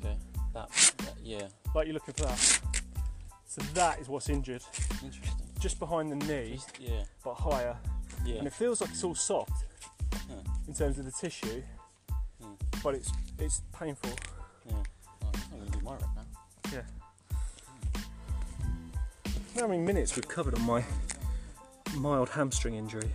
[SPEAKER 3] Okay. That. that yeah.
[SPEAKER 1] like you're looking for that. So that is what's injured,
[SPEAKER 3] Interesting.
[SPEAKER 1] just behind the knee,
[SPEAKER 3] Just, yeah.
[SPEAKER 1] but higher,
[SPEAKER 3] Yeah.
[SPEAKER 1] and it feels like it's all soft
[SPEAKER 3] Huh.
[SPEAKER 1] in terms of the tissue,
[SPEAKER 3] Hmm.
[SPEAKER 1] but it's it's painful.
[SPEAKER 3] Yeah. Oh, I'm gonna do mine right now.
[SPEAKER 1] You know How many minutes we've covered on my mild hamstring injury?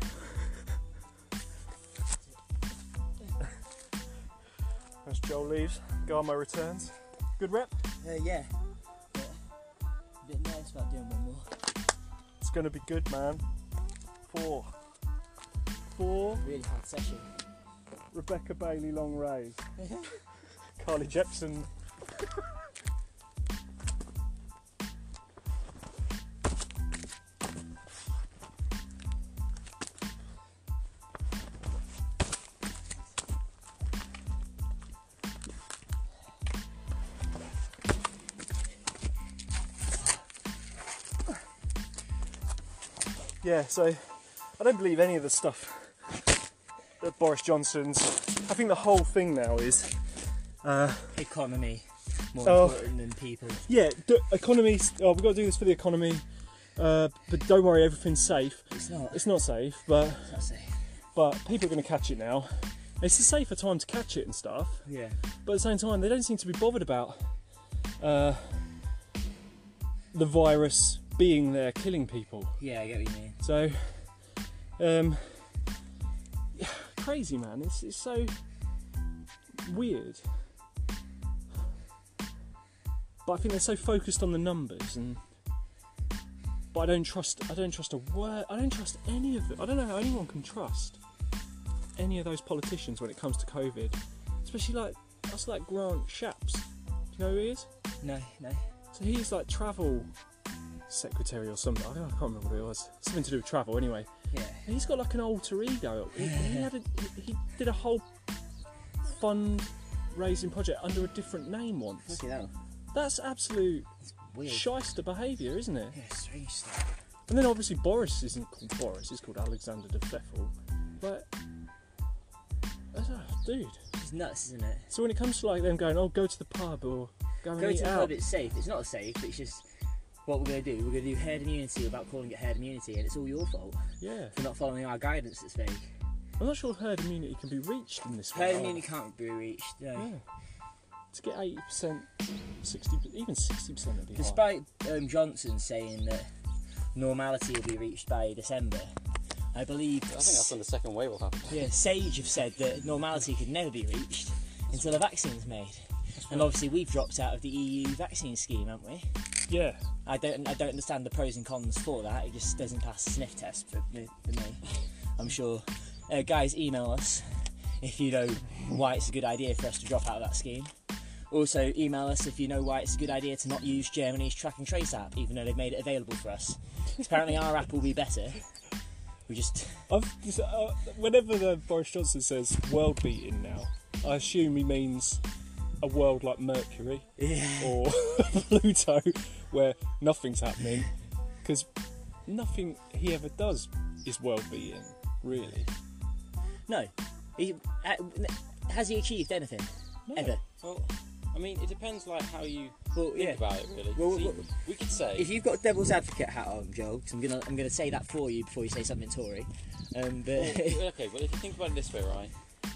[SPEAKER 1] As Joel leaves, Garmo returns. Good rep.
[SPEAKER 2] Uh, yeah. But a bit nervous about doing one more.
[SPEAKER 1] It's gonna be good, man. Four. Four.
[SPEAKER 2] Really hard session.
[SPEAKER 1] Rebecca Bailey long raise. Carly Jepsen. Yeah, so I don't believe any of the stuff that Boris Johnson's. I think the whole thing now is, uh,
[SPEAKER 2] Economy more
[SPEAKER 1] Oh.
[SPEAKER 2] important than people.
[SPEAKER 1] yeah, d- economy. Oh, we've got to do this for the economy. Uh, but don't worry, everything's safe.
[SPEAKER 2] It's not.
[SPEAKER 1] It's not safe, but
[SPEAKER 2] It's not safe.
[SPEAKER 1] but people are going to catch it now. It's a safer time to catch it and stuff.
[SPEAKER 2] Yeah.
[SPEAKER 1] But at the same time, they don't seem to be bothered about uh, the virus being there, killing people.
[SPEAKER 2] Yeah, I get what you mean.
[SPEAKER 1] So, um, crazy man, it's, it's so weird. But I think they're so focused on the numbers, and but I don't trust. I don't trust a word. I don't trust any of them. I don't know how anyone can trust any of those politicians when it comes to COVID, especially like that's like Grant Shapps. Do you know who he is?
[SPEAKER 2] No, no.
[SPEAKER 1] So he's like travel secretary or something. I can't remember what it was. Something to do with travel, anyway.
[SPEAKER 2] Yeah.
[SPEAKER 1] And he's got like an alter ego. He, he had a, he- he did a whole fund raising project under a different name once.
[SPEAKER 2] Fucking hell.
[SPEAKER 1] That's absolute
[SPEAKER 2] It's weird.
[SPEAKER 1] shyster behaviour, isn't it?
[SPEAKER 2] Yeah, strange stuff.
[SPEAKER 1] And then obviously Boris isn't called Boris. He's called Alexander de Pfeffel. But I don't know, dude.
[SPEAKER 2] It's nuts, isn't it?
[SPEAKER 1] So when it comes to like them going, oh, go to the pub or go and
[SPEAKER 2] Go
[SPEAKER 1] eat
[SPEAKER 2] to the
[SPEAKER 3] oh.
[SPEAKER 1] out.
[SPEAKER 2] pub, it's safe. It's not safe, it's just what we're going to do. We're going to do herd immunity without calling it herd immunity, and it's all your fault
[SPEAKER 1] yeah,
[SPEAKER 2] for not following our guidance that's fake.
[SPEAKER 1] I'm not sure herd immunity can be reached in this way.
[SPEAKER 3] Oh.
[SPEAKER 2] Herd immunity can't be reached, no.
[SPEAKER 1] Yeah. To get 80%, 60 even 60% would be high.
[SPEAKER 2] Despite um, Johnson saying that normality will be reached by December, I believe.
[SPEAKER 3] I think that's when the second wave will happen.
[SPEAKER 2] Yeah, Sage have said that normality could never be reached until a vaccine's made. And obviously, we've dropped out of the EU vaccine scheme, haven't we?
[SPEAKER 1] Yeah.
[SPEAKER 2] I don't, I don't understand the pros and cons for that. It just doesn't pass the sniff test for me. For me I'm sure. Uh, guys, email us if you know why it's a good idea for us to drop out of that scheme. Also, email us if you know why it's a good idea to not use Germany's track and trace app, even though they've made it available for us. 'Cause Apparently, our app will be better. We just
[SPEAKER 1] I've, just- uh, whenever the Boris Johnson says world beating now, I assume he means a world like Mercury or Pluto where nothing's happening because nothing he ever does is world beating, really.
[SPEAKER 2] no. He, uh, has he achieved anything ever?
[SPEAKER 3] Well, I mean, it depends like how you
[SPEAKER 2] Well,
[SPEAKER 3] think
[SPEAKER 2] yeah.
[SPEAKER 3] about it, really.
[SPEAKER 2] Well,
[SPEAKER 3] See,
[SPEAKER 2] well-
[SPEAKER 3] we could say
[SPEAKER 2] If you've got devil's advocate hat on, Joel, 'cause I'm gonna I'm gonna say that for you before you say something Tory. Um, but
[SPEAKER 3] Well, okay, but if you think about it this way, right?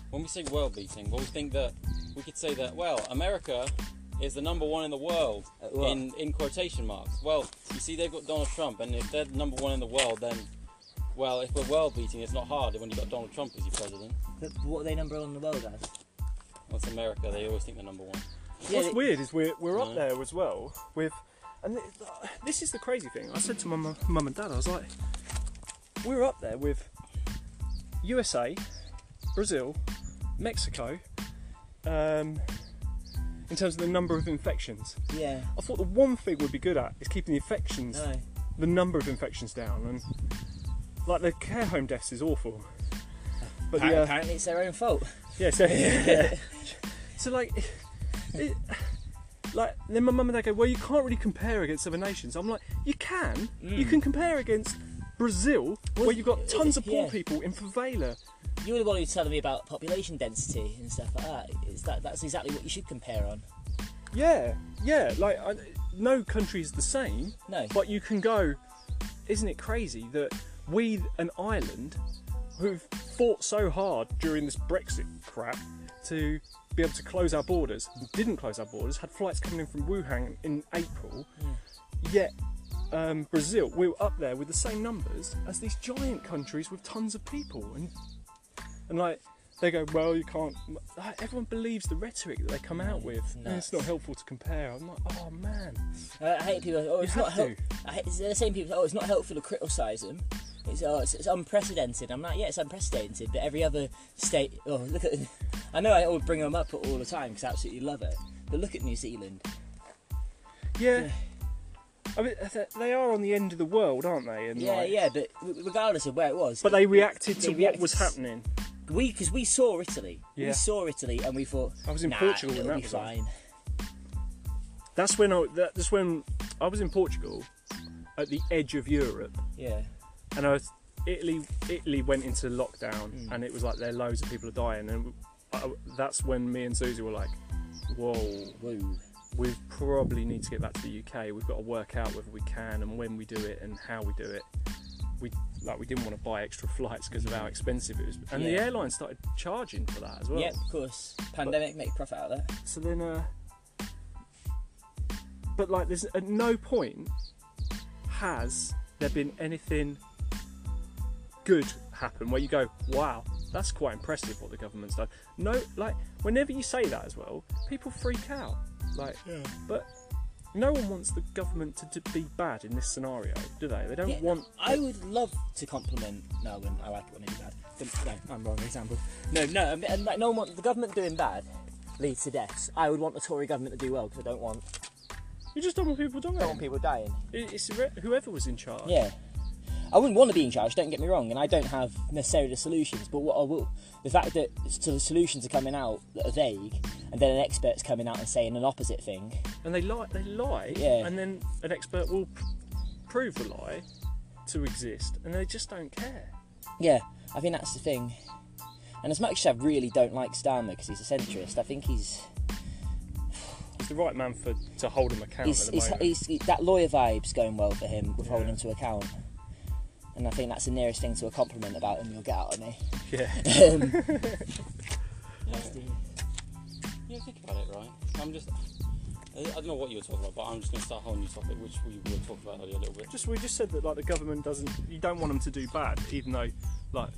[SPEAKER 3] When we say world beating, well, we think that we could say that well, America is the number one in the world
[SPEAKER 2] At what?
[SPEAKER 3] in in quotation marks. Well, you see, they've got Donald Trump, and if they're the number one in the world, then well, if we're world beating, it's not hard when you've got Donald Trump as your president.
[SPEAKER 2] But what are they number on the world as?
[SPEAKER 3] Well, it's America. They always think they're number one.
[SPEAKER 2] Yeah,
[SPEAKER 1] What's
[SPEAKER 2] they-
[SPEAKER 1] weird is we're, we're up
[SPEAKER 3] Mm.
[SPEAKER 1] there as well with And th- this is the crazy thing. I said to my mu- mum and dad, I was like, we're up there with USA, Brazil, Mexico, um, in terms of the number of infections.
[SPEAKER 2] Yeah.
[SPEAKER 1] I thought the one thing we'd be good at is keeping the infections,
[SPEAKER 2] No.
[SPEAKER 1] the number of infections down. And like the care home deaths is awful. But the, uh,
[SPEAKER 2] Apparently, it's their own fault.
[SPEAKER 1] yeah, so yeah. so like, it, like then my mum and dad go, well, you can't really compare against other nations. I'm like, you can, you can compare against Brazil, where you've got tons of poor
[SPEAKER 2] yeah.
[SPEAKER 1] people in favela.
[SPEAKER 2] You were the one who was telling me about population density and stuff like that. Is that that's exactly what you should compare on?
[SPEAKER 1] Yeah, yeah, like I, no country is the same,
[SPEAKER 2] No.
[SPEAKER 1] but you can go. Isn't it crazy that we, an island, who've fought so hard during this Brexit crap to be able to close our borders, didn't close our borders, had flights coming in from Wuhan in April, yet um, Brazil, we were up there with the same numbers as these giant countries with tons of people, and and like they go, well, you can't. Like, everyone believes the rhetoric that they come
[SPEAKER 2] Mm,
[SPEAKER 1] out with, and it's not helpful to compare. I'm like, oh man,
[SPEAKER 2] I I hate people. Oh, it's
[SPEAKER 1] You
[SPEAKER 2] not
[SPEAKER 1] have
[SPEAKER 2] help. I hate, it's the same people. Oh, it's not helpful to criticise them. It's, oh, it's, it's unprecedented. I'm like, yeah, it's unprecedented. But every other state. Oh, look at. I know I always bring them up all the time because I absolutely love it. But look at New Zealand.
[SPEAKER 1] yeah. I mean, th- they are on the end of the world, aren't they? And
[SPEAKER 2] Yeah,
[SPEAKER 1] like-
[SPEAKER 2] yeah. But re- regardless of where it was,
[SPEAKER 1] But they reacted to
[SPEAKER 2] They
[SPEAKER 1] what
[SPEAKER 2] reacted
[SPEAKER 1] was
[SPEAKER 2] s-
[SPEAKER 1] happening.
[SPEAKER 2] we because we saw Italy.
[SPEAKER 1] Yeah.
[SPEAKER 2] We saw Italy and we thought.
[SPEAKER 1] I was in
[SPEAKER 2] nah,
[SPEAKER 1] Portugal when
[SPEAKER 2] it'll
[SPEAKER 1] that
[SPEAKER 2] be
[SPEAKER 1] was on.
[SPEAKER 2] fine.
[SPEAKER 1] That's when I. that- That's when I was in Portugal, at the edge of Europe,
[SPEAKER 2] Yeah.
[SPEAKER 1] and I was, Italy. Italy went into lockdown, and it was like there loads of people are dying, and I, that's when me and Susie were like, whoa.
[SPEAKER 2] Woo.
[SPEAKER 1] we probably need to get back to the UK. We've got to work out whether we can and when we do it and how we do it. We like we didn't want to buy extra flights because of how expensive it was, and the
[SPEAKER 2] Yeah.
[SPEAKER 1] airline started charging for that as well.
[SPEAKER 2] Yep, of course. Pandemic, make profit out of that.
[SPEAKER 1] So then, uh, but like, there's at no point has there been anything good happen where you go, wow, that's quite impressive what the government's done. No, like, whenever you say that as well, people freak out. Like, but no one wants the government to, to be bad in this scenario, do they? They don't
[SPEAKER 2] Yeah,
[SPEAKER 1] want.
[SPEAKER 2] I would love to compliment. No, when I like it when it's bad. But, No, I'm wrong. Example. No, no. I mean, And like, no one wants the government doing bad.
[SPEAKER 5] Leads to deaths. I would want the Tory government to do well because I don't want
[SPEAKER 1] You just don't want people dying.
[SPEAKER 5] don't want people dying.
[SPEAKER 1] It- It's re- whoever was in charge.
[SPEAKER 2] Yeah. I wouldn't want to be in charge. Don't get me wrong. And I don't have necessarily the solutions. But what I will, the fact that so the solutions are coming out that are vague, and then an expert's coming out and saying an opposite thing.
[SPEAKER 1] and they lie, they lie,
[SPEAKER 2] Yeah.
[SPEAKER 1] and then an expert will pr- prove the lie to exist, and they just don't care.
[SPEAKER 2] Yeah, I think that's the thing. And as much as I really don't like Starmer because he's a centrist, I think he's
[SPEAKER 1] He's the right man for to hold him accountable.
[SPEAKER 2] he's,
[SPEAKER 1] at the
[SPEAKER 2] he's,
[SPEAKER 1] moment.
[SPEAKER 2] he's, that lawyer vibe's going well for him with holding
[SPEAKER 1] Yeah.
[SPEAKER 2] him to account. And I think that's the nearest thing to a compliment about him you'll get out of me. Um,
[SPEAKER 1] yeah,
[SPEAKER 3] Yeah, think about it, right? I'm just. I don't know what you were talking about, but I'm just going to start a whole new topic, which we were talking about earlier a little bit.
[SPEAKER 1] just we just said that like the government doesn't, you don't want them to do bad, even though like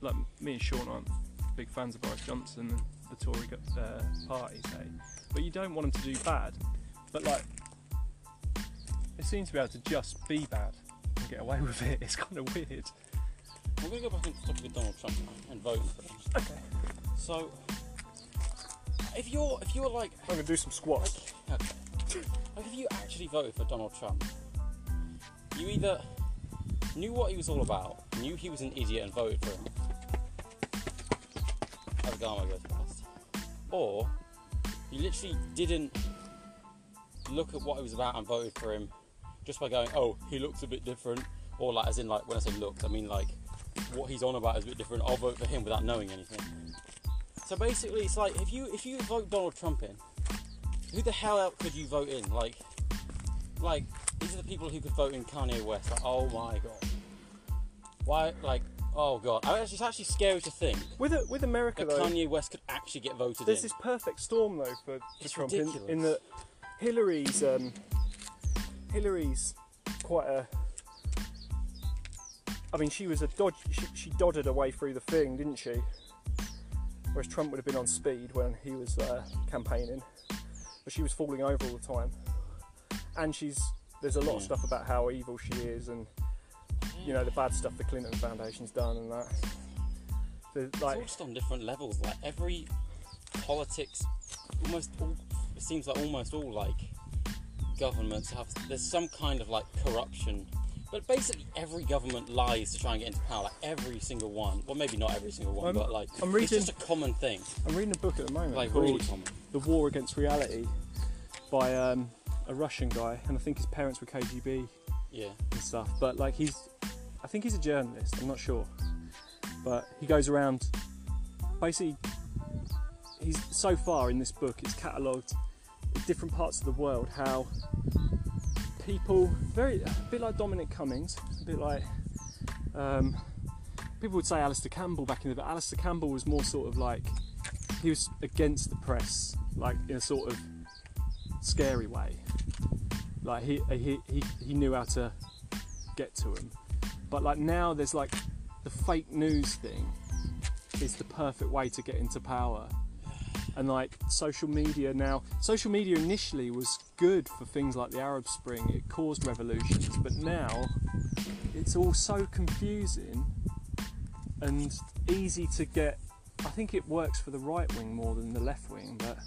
[SPEAKER 1] like me and Sean aren't big fans of Boris Johnson and the Tory go- uh, party, say, but you don't want them to do bad, but like they seem to be able to just be bad and get away with it. It's kind of weird.
[SPEAKER 3] We're going to go back into the topic of Donald Trump now and voting for him.
[SPEAKER 1] Okay,
[SPEAKER 3] So, if you're if you're like
[SPEAKER 1] I'm gonna do some squats.
[SPEAKER 3] Okay. Like, if you actually voted for Donald Trump, you either knew what he was all about, knew he was an idiot and voted for him, as Gama goes past, or you literally didn't look at what he was about and voted for him just by going, oh, he looks a bit different, or like, as in, like, when I say looks, I mean, like, what he's on about is a bit different, I'll vote for him without knowing anything. So basically, it's like, if you if you vote Donald Trump in, who the hell else could you vote in? Like, like these are the people who could vote in Kanye West. Like, oh my god. Why? Like, oh god. I, it's actually scary to think
[SPEAKER 1] With with America
[SPEAKER 3] that
[SPEAKER 1] though.
[SPEAKER 3] Kanye West could actually get voted
[SPEAKER 1] There's
[SPEAKER 3] in.
[SPEAKER 1] this perfect storm though for, for
[SPEAKER 3] It's
[SPEAKER 1] Trump in,
[SPEAKER 3] ridiculous.
[SPEAKER 1] in that Hillary's um, Hillary's quite a. I mean, she was a dodge. She, she doddered away through the thing, didn't she? Whereas Trump would have been on speed when he was uh, campaigning, but she was falling over all the time. and she's there's a lot of
[SPEAKER 3] Yeah.
[SPEAKER 1] stuff about how evil she is, and you know the bad stuff the Clinton Foundation's done, and that. The,
[SPEAKER 3] It's all
[SPEAKER 1] like,
[SPEAKER 3] just on different levels. Like every politics, almost all, it seems like almost all like governments have. There's some kind of like corruption, but basically every government lies to try and get into power. Like every single one. Well, maybe not every single one,
[SPEAKER 1] I'm-
[SPEAKER 3] but like
[SPEAKER 1] I'm reading-
[SPEAKER 3] it's just a common thing.
[SPEAKER 1] I'm reading a book at the moment
[SPEAKER 3] Like
[SPEAKER 1] called
[SPEAKER 3] really common.
[SPEAKER 1] The War Against Reality by um, a Russian guy, and I think his parents were KGB
[SPEAKER 3] Yeah.
[SPEAKER 1] and stuff. But like he's, I think he's a journalist. I'm not sure, but he goes around. Basically, he's so far in this book, it's catalogued in different parts of the world how people very a bit like Dominic Cummings, a bit like um, people would say Alistair Campbell back in the day. But Alistair Campbell was more sort of like he was against the press, like in a sort of scary way. Like he he he, he knew how to get to him. But like now, there's like the fake news thing is the perfect way to get into power. And like social media now, social media initially was good for things like the Arab Spring. It caused revolutions, but now it's all so confusing and easy to get. I think it works for the right wing more than the left wing, but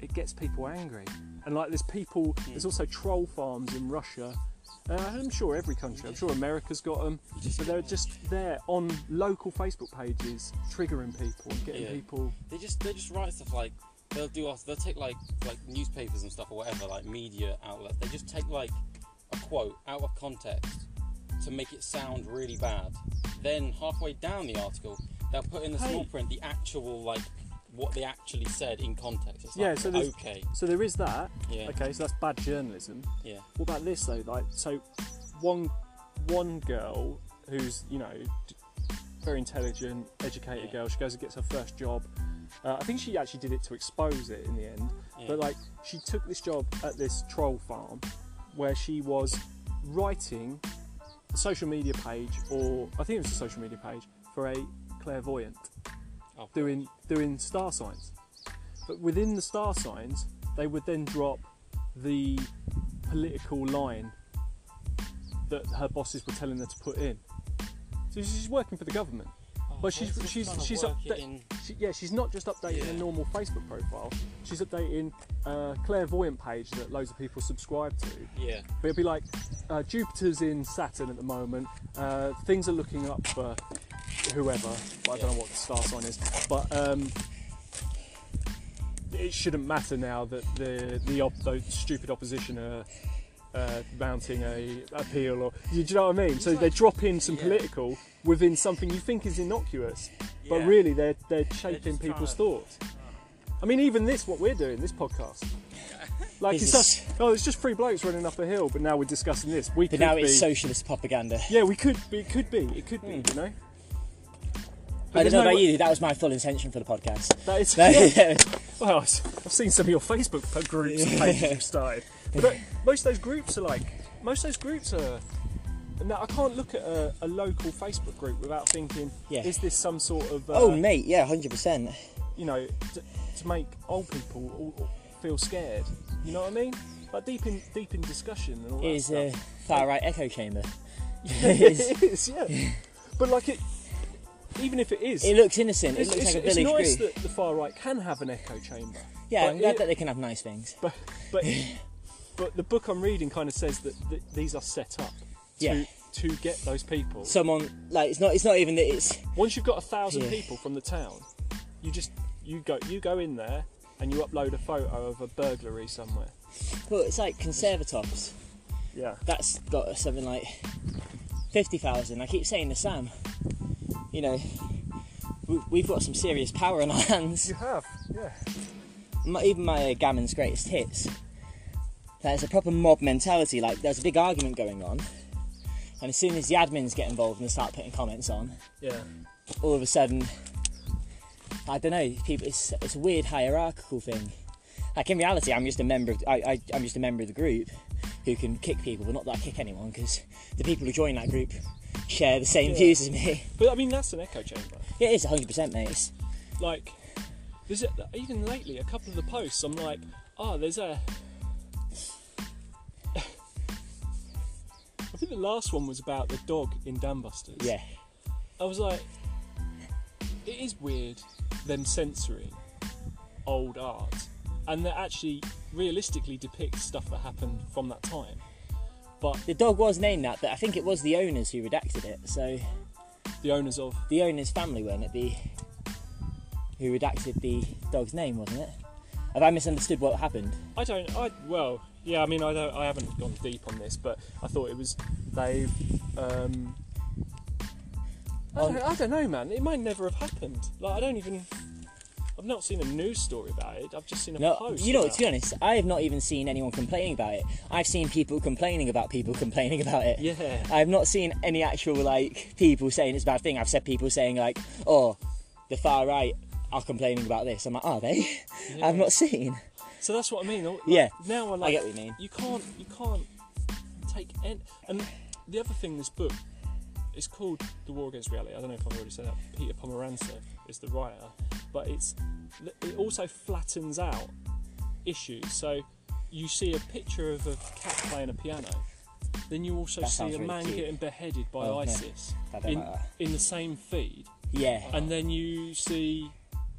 [SPEAKER 1] it gets people angry. And like there's people, there's also troll farms in Russia and I'm sure every country, I'm sure America's got them, but they're just there on local Facebook pages, triggering people and getting
[SPEAKER 3] Yeah.
[SPEAKER 1] people.
[SPEAKER 3] They just they just write stuff like they'll do us. They'll take like like newspapers and stuff or whatever like media outlets. They just take like a quote out of context to make it sound really bad. Then halfway down the article, they'll put in the small
[SPEAKER 1] Hey.
[SPEAKER 3] print the actual like what they actually said in context. It's like,
[SPEAKER 1] Yeah, so there's-
[SPEAKER 3] okay,
[SPEAKER 1] So there is that.
[SPEAKER 3] yeah,
[SPEAKER 1] Okay, so that's bad journalism.
[SPEAKER 3] yeah,
[SPEAKER 1] What about this though? Like, so one one girl who's you know d- very intelligent, educated
[SPEAKER 3] Yeah.
[SPEAKER 1] girl. She goes and gets her first job. Uh, I think she actually did it to expose it in the end.
[SPEAKER 3] yeah.
[SPEAKER 1] But like, she took this job at this troll farm where she was writing a social media page, or I think it was a social media page, for a clairvoyant
[SPEAKER 3] Oh,
[SPEAKER 1] doing doing star signs. But within the star signs, they would then drop the political line that her bosses were telling her to put in. So she's working for the government.
[SPEAKER 3] oh,
[SPEAKER 1] but she's-
[SPEAKER 3] they're just
[SPEAKER 1] she's-
[SPEAKER 3] trying to
[SPEAKER 1] she's
[SPEAKER 3] work
[SPEAKER 1] up-
[SPEAKER 3] it in-
[SPEAKER 1] She, yeah, she's not just updating a
[SPEAKER 3] Yeah.
[SPEAKER 1] normal Facebook profile. She's updating a clairvoyant page that loads of people subscribe to.
[SPEAKER 3] yeah,
[SPEAKER 1] But it'd be like uh, Jupiter's in Saturn at the moment. Uh, things are looking up for whoever. But I don't know what the star sign is. But um, it shouldn't matter now that the the, op- the stupid opposition are. Uh, mounting a appeal, or you, do you know what I mean? So they drop in some
[SPEAKER 3] Yeah.
[SPEAKER 1] political within something you think is innocuous, but
[SPEAKER 3] yeah.
[SPEAKER 1] really they're they're shaping
[SPEAKER 3] just trying
[SPEAKER 1] people's
[SPEAKER 3] to- Ah.
[SPEAKER 1] thoughts. I mean, even this, what we're doing, this podcast, like it's
[SPEAKER 2] This
[SPEAKER 1] just oh, it's just three blokes running up a hill, but now we're discussing this. We
[SPEAKER 2] But
[SPEAKER 1] could
[SPEAKER 2] now
[SPEAKER 1] be,
[SPEAKER 2] it's socialist propaganda.
[SPEAKER 1] yeah, we could, be, it could be, it could be, you know.
[SPEAKER 2] I don't
[SPEAKER 1] there's
[SPEAKER 2] know
[SPEAKER 1] no
[SPEAKER 2] about
[SPEAKER 1] way-
[SPEAKER 2] you. That was my full intention for the podcast.
[SPEAKER 1] That is, well, I've seen some of your Facebook po- groups and pages you've started, but uh, most of those groups are like, most of those groups are. Now I can't look at a, a local Facebook group without thinking,
[SPEAKER 2] Yeah.
[SPEAKER 1] is this some sort of uh,
[SPEAKER 2] oh, mate, yeah, hundred percent.
[SPEAKER 1] you know, to, to make old people all, all feel scared. You know what I mean? Like deep in deep in discussion and all
[SPEAKER 2] It is
[SPEAKER 1] that
[SPEAKER 2] a far right echo chamber.
[SPEAKER 1] stuff.
[SPEAKER 2] it is-
[SPEAKER 1] it is, yeah. but like it, even if it is,
[SPEAKER 2] It looks innocent. It
[SPEAKER 1] it's,
[SPEAKER 2] looks
[SPEAKER 1] it's,
[SPEAKER 2] like a
[SPEAKER 1] it's
[SPEAKER 2] village
[SPEAKER 1] nice
[SPEAKER 2] group.
[SPEAKER 1] that the far right can have an echo chamber.
[SPEAKER 2] Yeah,
[SPEAKER 1] but
[SPEAKER 2] I'm glad
[SPEAKER 1] it-
[SPEAKER 2] that they can have nice things.
[SPEAKER 1] But but but the book I'm reading kind of says that, that these are set up to
[SPEAKER 2] Yeah.
[SPEAKER 1] to get those people.
[SPEAKER 2] Someone like it's not. It's not even that it's.
[SPEAKER 1] Once you've got a thousand
[SPEAKER 2] Yeah.
[SPEAKER 1] people from the town, you just you go you go in there and you upload a photo of a burglary somewhere.
[SPEAKER 2] Well, it's like conservatops.
[SPEAKER 1] Yeah.
[SPEAKER 2] That's got something like fifty thousand. I keep saying to Sam, you know, we, we've got some serious power in our hands.
[SPEAKER 1] You have, yeah.
[SPEAKER 2] my, even my uh, Gammon's greatest hits. There's a proper mob mentality. Like there's a big argument going on, and as soon as the admins get involved and start putting comments on,
[SPEAKER 1] Yeah.
[SPEAKER 2] all of a sudden, I don't know. People, it's it's a weird hierarchical thing. Like in reality, I'm just a member of I, I I'm just a member of the group who can kick people, but not that I kick anyone because the people who join that group share the same
[SPEAKER 1] Yeah.
[SPEAKER 2] views as me.
[SPEAKER 1] But I mean, that's an echo chamber.
[SPEAKER 2] Yeah, it is 100 percent, mate. It's-
[SPEAKER 1] Like, ah, there's a, even lately, a couple of the posts, I'm like, oh, there's a think the last one was about the dog in Dambusters.
[SPEAKER 5] Yeah.
[SPEAKER 1] I was like, it is weird them censoring old art, and that actually realistically depicts stuff that happened from that time. But
[SPEAKER 2] The dog was named that, but I think it was the owners who redacted it. So
[SPEAKER 1] the owners of
[SPEAKER 2] the owner's family, weren't it? The who redacted the dog's name, wasn't it? Have I misunderstood what happened?
[SPEAKER 1] I don't. I well, yeah. I mean, I don't. I haven't gone deep on this, but I thought it was they've. Um, I,
[SPEAKER 2] On-
[SPEAKER 1] don't, I don't know, man. It might never have happened. Like I don't even. I've not seen a news story about it. I've just seen a
[SPEAKER 2] No,
[SPEAKER 1] post.
[SPEAKER 2] you know,
[SPEAKER 1] about
[SPEAKER 2] to be honest, I have not even seen anyone complaining about it. I've seen people complaining about people complaining about it.
[SPEAKER 1] it. Yeah.
[SPEAKER 2] I've not seen any actual like people saying it's a bad thing. I've said people saying like, oh, the far right are complaining about this. I'm like, are they? I've not seen.
[SPEAKER 1] So that's what I mean. Like,
[SPEAKER 2] Yeah,
[SPEAKER 1] Now I
[SPEAKER 2] I
[SPEAKER 1] like.
[SPEAKER 2] get what you mean.
[SPEAKER 1] You can't. You can't take. En- and the other thing, this book, it's called The War Against Reality. I don't know if I've already said that. Peter Pomeranzer is the writer, but it's it also flattens out issues. So you see a picture of a cat playing a piano, then you also
[SPEAKER 2] That
[SPEAKER 1] see a
[SPEAKER 2] sounds really
[SPEAKER 1] man
[SPEAKER 2] cute.
[SPEAKER 1] getting beheaded by
[SPEAKER 2] Oh, yeah.
[SPEAKER 1] ISIS
[SPEAKER 2] I don't
[SPEAKER 1] in
[SPEAKER 2] like that.
[SPEAKER 1] in the same feed,
[SPEAKER 2] Yeah,
[SPEAKER 1] and then you see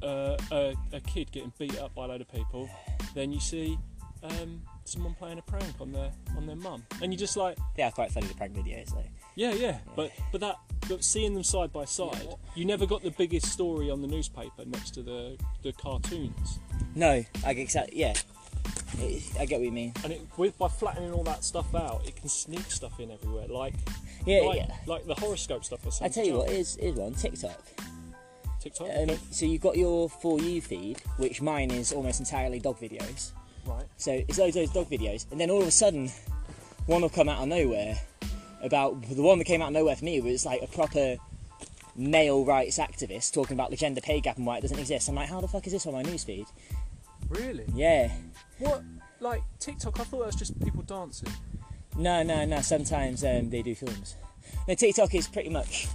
[SPEAKER 1] uh, a, a kid getting beat up by a load of people. Then you see um, someone playing a prank on their on their mum, and you're just like,
[SPEAKER 2] they are quite funny the prank videos though.
[SPEAKER 1] yeah, yeah. But but that but seeing them side by side, you never got the biggest story on the newspaper next to the the cartoons.
[SPEAKER 2] No, I get exactly. Yeah, it, I get what you mean.
[SPEAKER 1] And it, with by flattening all that stuff out, it can sneak stuff in everywhere, like
[SPEAKER 2] Yeah,
[SPEAKER 1] like,
[SPEAKER 2] yeah.
[SPEAKER 1] like the horoscope stuff or something.
[SPEAKER 2] I tell you what, is is one TikTok.
[SPEAKER 1] TikTok,
[SPEAKER 2] Um, so you've got your for you feed, which mine is almost entirely dog videos.
[SPEAKER 1] right?
[SPEAKER 2] So it's loads, loads of dog videos, and then all of a sudden, one will come out of nowhere. About the one that came out of nowhere for me was like a proper male rights activist talking about the gender pay gap and why it doesn't exist. I'm like, how the fuck is this on my newsfeed?
[SPEAKER 1] Really?
[SPEAKER 2] Yeah,
[SPEAKER 1] What? Like TikTok? I thought that was just people dancing.
[SPEAKER 2] no, no, no. Sometimes um, they do films. No, TikTok is pretty much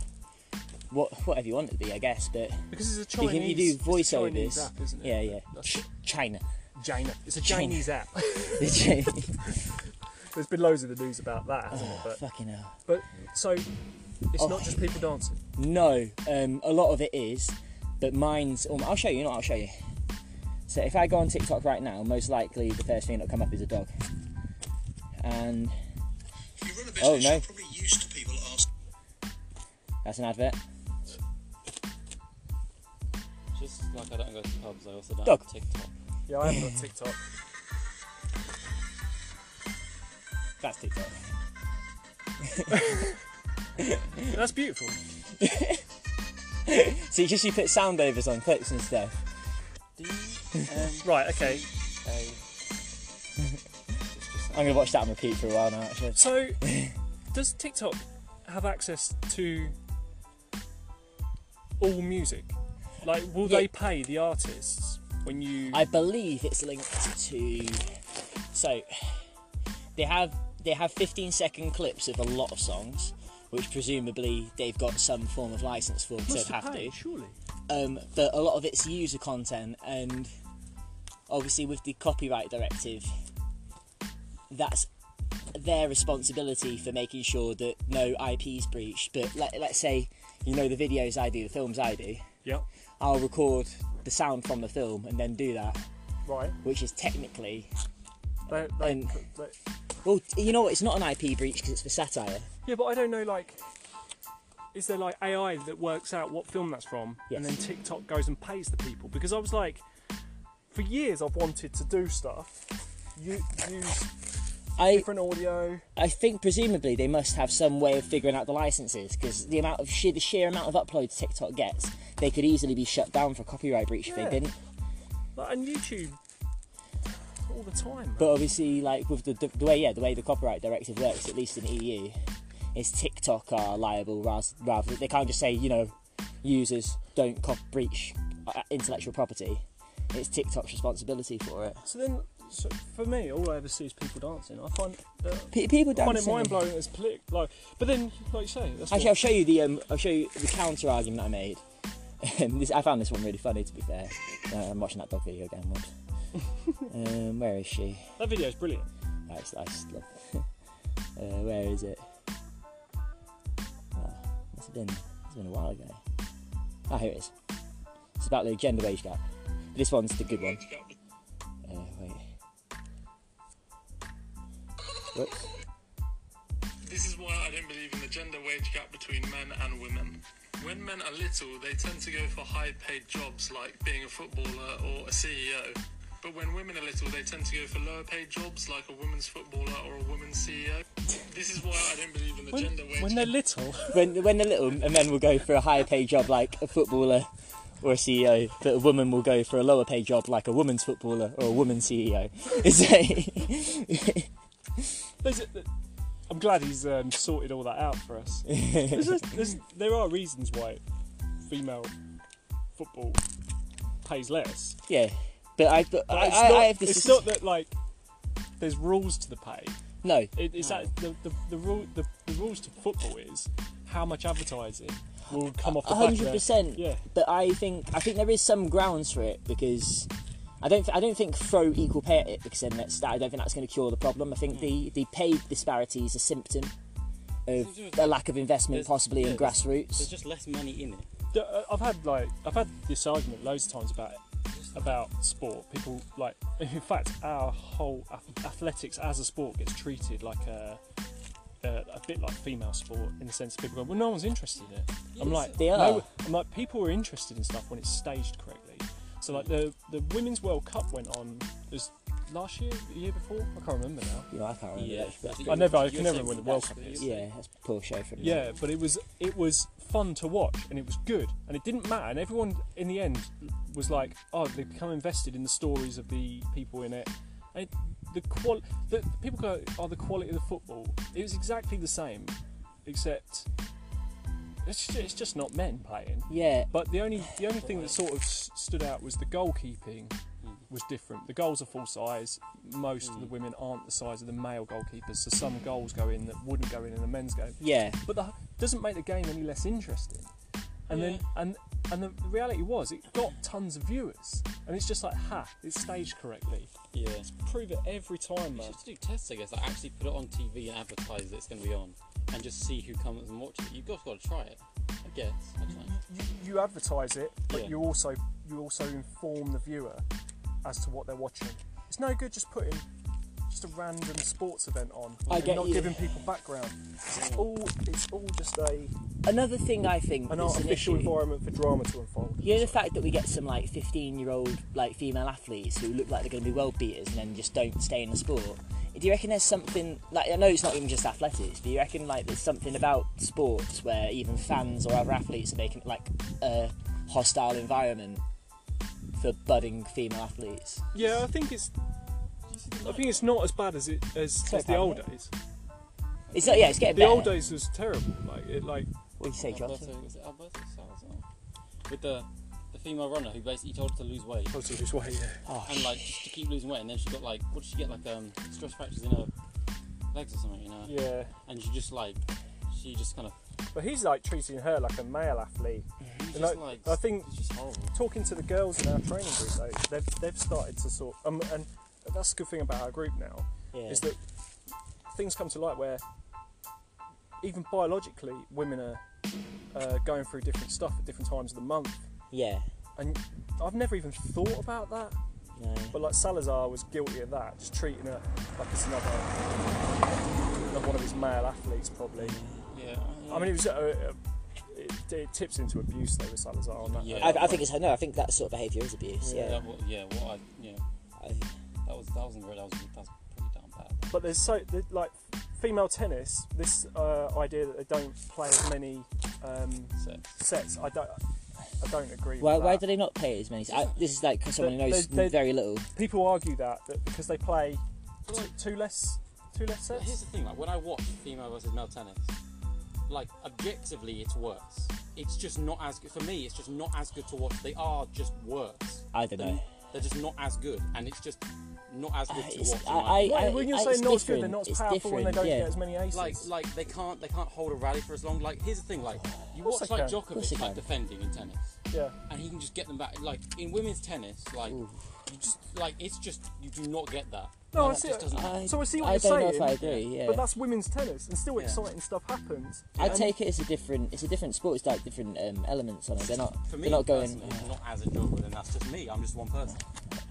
[SPEAKER 2] what whatever you want it to be, I guess. But
[SPEAKER 1] Because it's a
[SPEAKER 2] you
[SPEAKER 1] Chinese.
[SPEAKER 2] can you do
[SPEAKER 1] it's a Chinese
[SPEAKER 2] voiceovers.
[SPEAKER 1] app, isn't it?
[SPEAKER 2] Yeah, yeah.
[SPEAKER 1] That's
[SPEAKER 2] Ch- China.
[SPEAKER 1] China. It's a
[SPEAKER 2] China.
[SPEAKER 1] Chinese app.
[SPEAKER 2] The Chinese.
[SPEAKER 1] There's been loads of the news about that, hasn't it? But,
[SPEAKER 2] Fucking hell.
[SPEAKER 1] but so it's
[SPEAKER 2] Oh.
[SPEAKER 1] not just people dancing.
[SPEAKER 2] No, um, a lot of it is, but mine's. Um, I'll show you. No, I'll show you. So if I go on TikTok right now, most likely the first thing that'll come up is a dog. And
[SPEAKER 6] If you run a
[SPEAKER 2] Oh,
[SPEAKER 6] business,
[SPEAKER 2] no.
[SPEAKER 6] you're probably used to people asking
[SPEAKER 2] that's an advert.
[SPEAKER 3] Just like I don't go to pubs, I also don't
[SPEAKER 2] Dog.
[SPEAKER 3] have TikTok.
[SPEAKER 1] Yeah, I haven't got TikTok.
[SPEAKER 2] That's TikTok.
[SPEAKER 1] That's beautiful.
[SPEAKER 2] So you just you put sound overs on clips and stuff.
[SPEAKER 3] D M
[SPEAKER 1] Right. Okay.
[SPEAKER 3] A. It's just
[SPEAKER 2] I'm gonna watch that on repeat for a while now. Actually,
[SPEAKER 1] So does TikTok have access to all music? Like, will
[SPEAKER 2] Yeah.
[SPEAKER 1] they pay the artists when you?
[SPEAKER 2] I believe it's linked to. So they have they have 15 second clips of a lot of songs, which presumably they've got some form of license for. 'cause
[SPEAKER 1] Must
[SPEAKER 2] they'd have
[SPEAKER 1] pay,
[SPEAKER 2] to.
[SPEAKER 1] surely.
[SPEAKER 2] um, but a lot of it's user content, and obviously with the copyright directive, that's their responsibility for making sure that no IP is breached. But let, let's say you know the videos I do, the films I do,
[SPEAKER 1] Yep.
[SPEAKER 2] I'll record the sound from the film and then do that,
[SPEAKER 1] Right.
[SPEAKER 2] which is technically
[SPEAKER 1] They, they,
[SPEAKER 2] Um,
[SPEAKER 1] they-
[SPEAKER 2] well, you know what? It's not an IP breach because it's for satire.
[SPEAKER 1] Yeah, but I don't know, like, is there like AI that works out what film that's from and then
[SPEAKER 2] Yes.
[SPEAKER 1] TikTok goes and pays the people? Because I was like, for years I've wanted to do stuff, u- use
[SPEAKER 2] I
[SPEAKER 1] different audio.
[SPEAKER 2] I think presumably they must have some way of figuring out the licenses because the amount of sheer, the sheer amount of uploads TikTok gets, they could easily be shut down for copyright breach if
[SPEAKER 1] Yeah.
[SPEAKER 2] they didn't.
[SPEAKER 1] Like, and YouTube all the time. man.
[SPEAKER 2] But obviously, like with the, the, the way yeah the way the copyright directive works, at least in the EU, is TikTok are liable rather, rather they can't just say you know users don't cop breach uh, intellectual property. It's TikTok's responsibility for it.
[SPEAKER 1] so then, so for me, all I ever see is people dancing. I find, uh,
[SPEAKER 2] Pe- people
[SPEAKER 1] I
[SPEAKER 2] don't.
[SPEAKER 1] find it mind blowing as politic. Like, but then, like you say, that's
[SPEAKER 2] Actually, I'll
[SPEAKER 1] what,
[SPEAKER 2] show you the um, I'll show you the counter argument I made. Um, this, I found this one really funny, to be fair. Uh, I'm watching that dog video again once. um, where is she?
[SPEAKER 1] that video's brilliant.
[SPEAKER 2] I just, I just love it. Uh, where is it? been it's been a while ago. Ah, here it is. It's about the gender wage gap. This one's the good one. Uh, wait. Whoops.
[SPEAKER 7] This is why I don't believe in the gender wage gap between men and women. When men are little, they tend to go for high paid jobs like being a footballer or a CEO. But when women are little, they tend to go for lower paid jobs like a women's footballer or a women's CEO. This is why I don't believe in the gender wage
[SPEAKER 1] When
[SPEAKER 7] gap.
[SPEAKER 1] they're little,
[SPEAKER 2] When when they're little, a man will go for a higher paid job like a footballer or a CEO, but a woman will go for a lower paid job like a woman's footballer or a woman's E CEO. Is that?
[SPEAKER 1] there's a- I'm glad he's um, sorted all that out for us. There's just- there's- there are reasons why female football pays less.
[SPEAKER 2] yeah. But I, but I,
[SPEAKER 1] But it's
[SPEAKER 2] I,
[SPEAKER 1] not,
[SPEAKER 2] I have this.
[SPEAKER 1] it's not that like there's rules to the pay.
[SPEAKER 2] no,
[SPEAKER 1] It, it's that the, the, the rule the, the rules to football is how much advertising will come off the back of
[SPEAKER 2] hundred
[SPEAKER 1] their-
[SPEAKER 2] percent.
[SPEAKER 1] Yeah.
[SPEAKER 2] But I think I think there is some grounds for it because I don't th- I don't think throw equal pay at it because then that's that, I don't think that's going to cure the problem. I
[SPEAKER 1] Hmm.
[SPEAKER 2] think the the pay disparity is a symptom of
[SPEAKER 3] There's-
[SPEAKER 2] a lack of investment
[SPEAKER 3] there's-
[SPEAKER 2] possibly in
[SPEAKER 3] there's-
[SPEAKER 2] grassroots.
[SPEAKER 3] There's just less money in it.
[SPEAKER 1] Yeah, uh, I've had like I've had this argument loads of times about about sport. People like, in fact, our whole ath- athletics as a sport gets treated like a. Uh, a bit like female sport in the sense that people go, well, no one's interested in it. I'm like,
[SPEAKER 2] they
[SPEAKER 1] "No."
[SPEAKER 2] are.
[SPEAKER 1] I'm like, people are interested in stuff when it's staged correctly. So like the the Women's World Cup went on it was last year, the year before, I can't remember now.
[SPEAKER 2] You know, I can't remember. which, but-
[SPEAKER 1] Oh, I never, I can never win the World Cup. is.
[SPEAKER 2] yeah, that's a poor show from
[SPEAKER 1] Yeah, but it was it was fun to watch and it was good and it didn't matter and everyone in the end was like, oh, they become invested in the stories of the people in it. And it, the qual the people go, oh, the quality of the football. It was exactly the same, except it's just, it's just not men playing.
[SPEAKER 2] Yeah,
[SPEAKER 1] But the only the only thing that sort of s- stood out was the goalkeeping was different. The goals are full size. Most of the women aren't the size of the male goalkeepers, so some goals go in that wouldn't go in in a men's game
[SPEAKER 2] yeah,
[SPEAKER 1] but that doesn't make the game any less interesting. And then and and the reality was it got tons of viewers, and it's just like ha, it's staged correctly.
[SPEAKER 3] Yeah.
[SPEAKER 1] Prove it every time,
[SPEAKER 3] You
[SPEAKER 1] man.
[SPEAKER 3] should do tests, I guess. Like actually put it on TV and advertise that it's going to be on, and just see who comes and watches it. You've just got to try it, I guess. I don't know.
[SPEAKER 1] You, you advertise it, but
[SPEAKER 3] Yeah.
[SPEAKER 1] you also you also inform the viewer as to what they're watching. It's no good just putting just a random sports event on
[SPEAKER 2] I
[SPEAKER 1] and
[SPEAKER 2] get
[SPEAKER 1] not
[SPEAKER 2] you.
[SPEAKER 1] giving people background. It's all it's all just a
[SPEAKER 2] another thing I think
[SPEAKER 1] an
[SPEAKER 2] that's an
[SPEAKER 1] artificial
[SPEAKER 2] issue-
[SPEAKER 1] environment for drama to unfold.
[SPEAKER 2] You know the fact that we get some like 15 year old like female athletes who look like they're going to be world beaters and then just don't stay in the sport. Do you reckon there's something like I know it's not even just athletics, but you reckon like there's something about sports where even fans or other athletes are making it like a hostile environment for budding female athletes?
[SPEAKER 1] Yeah, I think it's. I think it's not as bad as it as, as the
[SPEAKER 2] bad,
[SPEAKER 1] old
[SPEAKER 2] isn't
[SPEAKER 1] days.
[SPEAKER 2] It's not, yeah, it's getting
[SPEAKER 1] The
[SPEAKER 2] better.
[SPEAKER 1] old days was terrible. Like it, like
[SPEAKER 2] What do you say, Johnson?
[SPEAKER 3] Alberto, was it Alberto Salazar? With the the female runner who basically told her to lose weight
[SPEAKER 1] positive is way. Yeah.
[SPEAKER 3] and like just to keep losing weight, and then she got like what did she get like um stress fractures in her legs or something, you know?
[SPEAKER 1] yeah,
[SPEAKER 3] And she just like she just kind of
[SPEAKER 1] but he's like treating her like a male athlete.
[SPEAKER 3] just
[SPEAKER 1] And I,
[SPEAKER 3] like
[SPEAKER 1] I think
[SPEAKER 3] it's just horrible.
[SPEAKER 1] talking to the girls in our training group, though, they've they've started to sort. Um, and that's the good thing about our group now
[SPEAKER 2] Yeah.
[SPEAKER 1] is that things come to light where even biologically women are uh, going through different stuff at different times of the month,
[SPEAKER 2] Yeah.
[SPEAKER 1] and I've never even thought about that.
[SPEAKER 2] No.
[SPEAKER 1] But like Salazar was guilty of that, just treating it like it's another, another one of his male athletes, probably.
[SPEAKER 3] Yeah.
[SPEAKER 1] I mean, it was uh, uh, it, it tips into abuse though with Salazar on that.
[SPEAKER 3] Yeah.
[SPEAKER 2] I, I think it's no. I think that sort of behaviour is abuse.
[SPEAKER 3] yeah.
[SPEAKER 2] Yeah.
[SPEAKER 3] That was, yeah. What I yeah.
[SPEAKER 2] I-
[SPEAKER 3] That was that was in the red. That was that was pretty damn bad.
[SPEAKER 1] But there's so there- like female tennis, this uh, idea that they don't play as many um,
[SPEAKER 3] Sex.
[SPEAKER 1] sets. I don't I don't agree.
[SPEAKER 2] Why,
[SPEAKER 1] with
[SPEAKER 2] why
[SPEAKER 1] that.
[SPEAKER 2] do they not pay as many? I, this is like someone who
[SPEAKER 1] They-
[SPEAKER 2] knows
[SPEAKER 1] they-
[SPEAKER 2] very little.
[SPEAKER 1] people argue that that because they play t- two less two less
[SPEAKER 3] But here's
[SPEAKER 1] sets?
[SPEAKER 3] the thing, like when I watch female versus male tennis, like objectively it's worse. It's just not as good for me. It's just not as good to watch. They are just worse.
[SPEAKER 2] I don't know.
[SPEAKER 3] They're just not as good, and it's just not as good to
[SPEAKER 2] It's-
[SPEAKER 3] watch. in my
[SPEAKER 2] I,
[SPEAKER 3] opinion.
[SPEAKER 2] I,
[SPEAKER 1] Well, when you're
[SPEAKER 2] I,
[SPEAKER 1] saying
[SPEAKER 2] it's
[SPEAKER 1] not as good, they're
[SPEAKER 2] different,
[SPEAKER 1] not as
[SPEAKER 2] it's
[SPEAKER 1] powerful and they
[SPEAKER 2] different,
[SPEAKER 1] don't
[SPEAKER 2] yeah.
[SPEAKER 1] get as many aces.
[SPEAKER 3] like like they can't they can't hold a rally for as long. Like here's the thing, like you
[SPEAKER 1] course
[SPEAKER 3] watch
[SPEAKER 1] they
[SPEAKER 3] like
[SPEAKER 1] can.
[SPEAKER 2] Of course they
[SPEAKER 3] Djokovic like
[SPEAKER 2] can.
[SPEAKER 3] defending in tennis,
[SPEAKER 1] yeah.
[SPEAKER 3] and he can just get them back. Like in women's tennis, like you just like it's just you do not get that.
[SPEAKER 1] No, I
[SPEAKER 2] Well, that
[SPEAKER 1] see.
[SPEAKER 2] just doesn't-
[SPEAKER 1] I- so I see what
[SPEAKER 2] I
[SPEAKER 1] you're
[SPEAKER 2] don't know
[SPEAKER 1] saying.
[SPEAKER 2] if I agree, yeah.
[SPEAKER 1] But that's women's tennis, and still
[SPEAKER 2] Yeah.
[SPEAKER 1] exciting stuff happens.
[SPEAKER 2] I take it as a different. It's a different sport. It's like different um, elements on it. They're not.
[SPEAKER 3] For me,
[SPEAKER 2] they're not going.
[SPEAKER 3] personally, not as enjoyable, and that's just me. I'm just one person.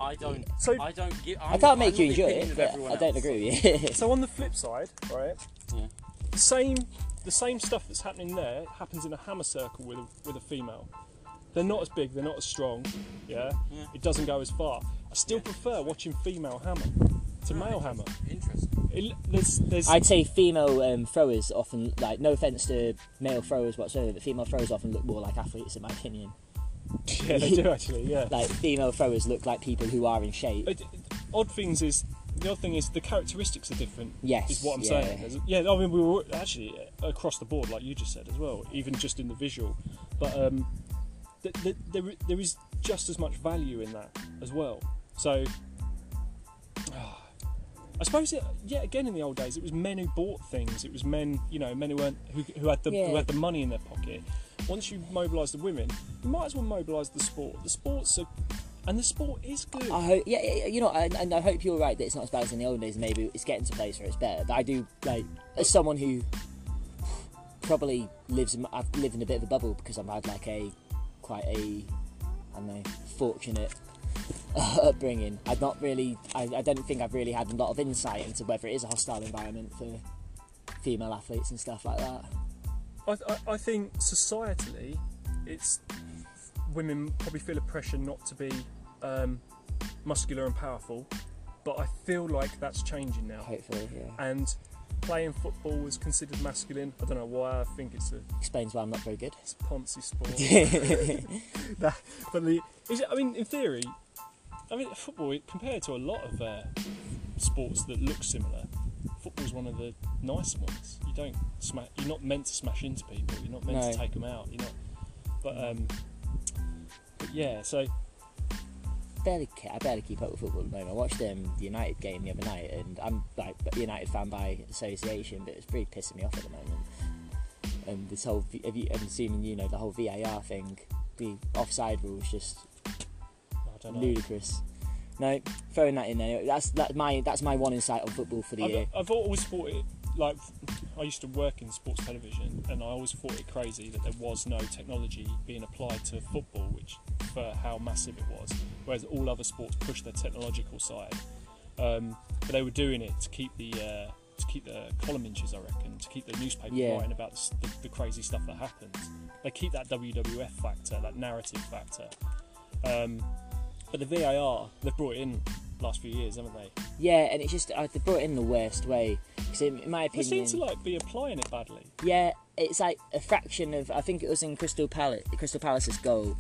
[SPEAKER 3] I don't.
[SPEAKER 1] So-
[SPEAKER 3] I don't give. I'm,
[SPEAKER 2] I can't
[SPEAKER 3] I'm
[SPEAKER 2] make you
[SPEAKER 3] the
[SPEAKER 2] enjoy
[SPEAKER 3] opinion
[SPEAKER 2] it,
[SPEAKER 3] of
[SPEAKER 2] but
[SPEAKER 3] everyone
[SPEAKER 2] I don't
[SPEAKER 3] else.
[SPEAKER 2] agree with you.
[SPEAKER 1] So on the flip side, right?
[SPEAKER 3] Yeah.
[SPEAKER 1] The same, the same stuff that's happening there happens in a hammer circle with a, with a female. They're not as big. They're not as strong. Yeah.
[SPEAKER 3] Yeah.
[SPEAKER 1] It doesn't go as far. I still
[SPEAKER 3] Yeah.
[SPEAKER 1] prefer watching female hammer to male hammer.
[SPEAKER 3] Interesting.
[SPEAKER 1] It, there's, there's,
[SPEAKER 2] I'd say female um, throwers often like. No offense to male throwers whatsoever, but female throwers often look more like athletes, in my opinion.
[SPEAKER 1] yeah, they do actually. Yeah.
[SPEAKER 2] Like female throwers look like people who are in shape.
[SPEAKER 1] It- odd things is the odd thing is the characteristics are different.
[SPEAKER 2] Yes,
[SPEAKER 1] is what I'm
[SPEAKER 2] yeah.
[SPEAKER 1] saying. There's- Yeah, I mean we were actually uh, across the board, like you just said as well, even just in the visual. But um, th- th- there there is just as much value in that as well. So. ah, I suppose, it, yet again, in the old days, it was men who bought things. It was men, you know, men who weren't, who, who had the who
[SPEAKER 2] Yeah.
[SPEAKER 1] had the money in their pocket. Once you mobilise the women, you might as well mobilise the sport. The sports are, and the sport is good.
[SPEAKER 2] I hope, yeah, yeah, you know, and, and I hope you're right that it's not as bad as in the old days. and Maybe it's getting to a place where it's better. But I do like as someone who probably lives, in, I've lived in a bit of a bubble because I've had like a quite a, I don't know, fortunate upbringing. I've not really, I, I don't think I've really had a lot of insight into whether it is a hostile environment for female athletes and stuff like that.
[SPEAKER 1] I, I, I think societally, it's women probably feel a pressure not to be um, muscular and powerful, but I feel like that's changing now.
[SPEAKER 2] Hopefully, yeah.
[SPEAKER 1] And playing football was considered masculine. I don't know why. I think it's a,
[SPEAKER 2] Explains why I'm not very good.
[SPEAKER 1] it's a Ponzi sport. That- but the, is it, I mean, in theory, I mean, football it- compared to a lot of uh, sports that look similar, football's one of the nicer ones. You don't smash. You're not meant to smash into people. You're not meant to
[SPEAKER 2] No.
[SPEAKER 1] take them out. You're not. But um, but yeah. So
[SPEAKER 2] barely ca- I barely keep up with football at the moment. I watched um, the United game the other night, and I'm like a United fan by association, but it's really pissing me off at the moment. And this whole, V- have you, I'm assuming you know the whole VAR thing, the offside rule is just
[SPEAKER 1] I don't know.
[SPEAKER 2] ludicrous. No, throwing that in there. That's that's my that's my one insight on football for the year.
[SPEAKER 1] I've, I've always thought it like I used to work in sports television, and I always thought it crazy that there was no technology being applied to football, which for how massive it was, whereas all other sports pushed their technological side. Um, but they were doing it to keep the uh, to keep the column inches, I reckon, to keep the newspaper
[SPEAKER 2] Yeah.
[SPEAKER 1] writing about the, s- the, the crazy stuff that happens. They keep that WWF factor, that narrative factor. Um, but the VAR, they've brought it in last few years, haven't they?
[SPEAKER 2] Yeah, and it's just uh, they brought it in the worst way. Because in, in my
[SPEAKER 1] They
[SPEAKER 2] opinion,
[SPEAKER 1] seem to like be applying it badly.
[SPEAKER 2] Yeah, it's like a fraction of. I think it was in Crystal Palace, Crystal Palace's goal.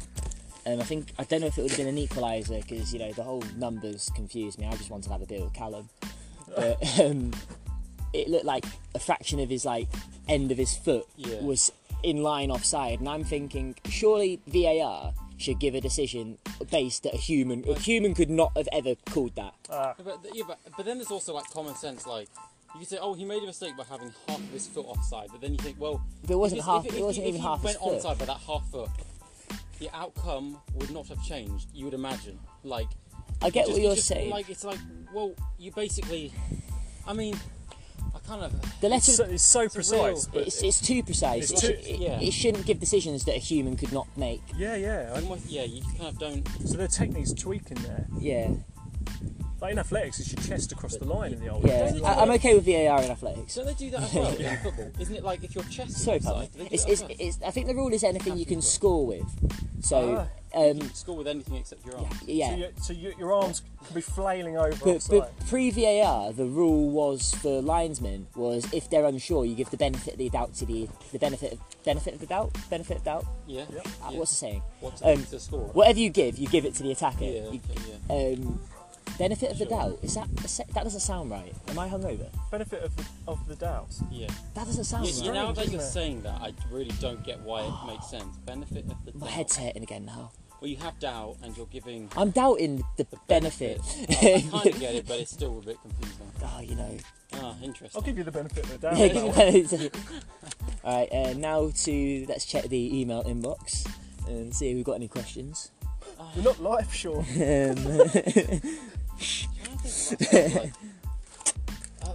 [SPEAKER 2] Um, I think I don't know if it would have been an equaliser because you know the whole numbers confused me. I just wanted to have a bit with Callum, but um, it looked like a fraction of his like end of his foot
[SPEAKER 3] Yeah.
[SPEAKER 2] was in line offside, and I'm thinking surely VAR should give a decision based that a human a human could not have ever called that.
[SPEAKER 3] Yeah, but, yeah, but, but then there's also like common sense. Like you could say, oh, he made a mistake by having half of his foot offside. But then you think, well,
[SPEAKER 2] If it wasn't
[SPEAKER 3] if-
[SPEAKER 2] half,
[SPEAKER 3] if-
[SPEAKER 2] it
[SPEAKER 3] if-
[SPEAKER 2] wasn't
[SPEAKER 3] if
[SPEAKER 2] even
[SPEAKER 3] he
[SPEAKER 2] half his
[SPEAKER 3] went
[SPEAKER 2] foot.
[SPEAKER 3] onside by that half foot. The outcome would not have changed. You would imagine, like
[SPEAKER 2] I get
[SPEAKER 3] just-
[SPEAKER 2] what you're
[SPEAKER 3] just,
[SPEAKER 2] saying.
[SPEAKER 3] Like it's like, well, you basically, I mean, I kind of
[SPEAKER 2] the letter
[SPEAKER 1] It's so, it's so precise,
[SPEAKER 3] real.
[SPEAKER 1] but
[SPEAKER 2] it's, it's too precise.
[SPEAKER 1] It's
[SPEAKER 2] it,
[SPEAKER 1] too-
[SPEAKER 2] it-
[SPEAKER 3] yeah.
[SPEAKER 2] it shouldn't give decisions that a human could not make.
[SPEAKER 1] yeah, yeah. I-
[SPEAKER 3] almost yeah. You kind of don't.
[SPEAKER 1] So the technique's tweaking there.
[SPEAKER 2] Yeah,
[SPEAKER 1] Like in athletics, it's your chest across the line in the old.
[SPEAKER 2] yeah.
[SPEAKER 3] Doesn't it-
[SPEAKER 2] I, am okay with VAR in athletics.
[SPEAKER 3] So they do that as well in football, isn't it? Like if your chest is
[SPEAKER 2] Sorry, pal.
[SPEAKER 3] offside, do they do
[SPEAKER 2] It's,
[SPEAKER 3] that as
[SPEAKER 2] it's,
[SPEAKER 3] well?
[SPEAKER 2] it's, I think the rule is anything you can
[SPEAKER 3] Nothing's
[SPEAKER 2] score with. So,
[SPEAKER 3] you
[SPEAKER 2] um,
[SPEAKER 3] can score with anything except your arm.
[SPEAKER 1] So,
[SPEAKER 2] yeah.
[SPEAKER 1] you, so you, your arms could be flailing over.
[SPEAKER 2] But,
[SPEAKER 1] offside.
[SPEAKER 2] but pre VAR, the rule was for linesmen was if they're unsure, you give the benefit of the doubt to the the benefit of benefit of the doubt, benefit of doubt.
[SPEAKER 3] Yeah. yeah.
[SPEAKER 2] Uh, What's the saying?
[SPEAKER 3] What's
[SPEAKER 2] um,
[SPEAKER 3] to score?
[SPEAKER 2] Whatever you give, you give it to the attacker.
[SPEAKER 3] Yeah, okay,
[SPEAKER 2] You-
[SPEAKER 3] yeah.
[SPEAKER 2] um, benefit of the doubt is that a se- that doesn't sound right? Am I hungover?
[SPEAKER 1] benefit of the, of the doubt.
[SPEAKER 3] Yeah.
[SPEAKER 2] That doesn't sound
[SPEAKER 3] You, you
[SPEAKER 2] right.
[SPEAKER 3] now that
[SPEAKER 1] isn't
[SPEAKER 3] you're
[SPEAKER 1] it?
[SPEAKER 3] saying that, I really don't get why it makes sense. Benefit of the doubt.
[SPEAKER 2] My head's hurting again now.
[SPEAKER 3] Well, you have doubt, and you're giving
[SPEAKER 2] I'm doubting the,
[SPEAKER 3] the
[SPEAKER 2] benefit.
[SPEAKER 3] benefit. I, I kind of get it, but it's still a bit confusing.
[SPEAKER 2] oh, you know.
[SPEAKER 3] Ah,
[SPEAKER 1] I'll
[SPEAKER 3] interesting.
[SPEAKER 1] give you the benefit of the doubt. on that one.
[SPEAKER 2] All right. Uh, now to let's check the email inbox and see if we've got any questions.
[SPEAKER 1] You're not live, sure.
[SPEAKER 2] Um,
[SPEAKER 3] like, uh, uh,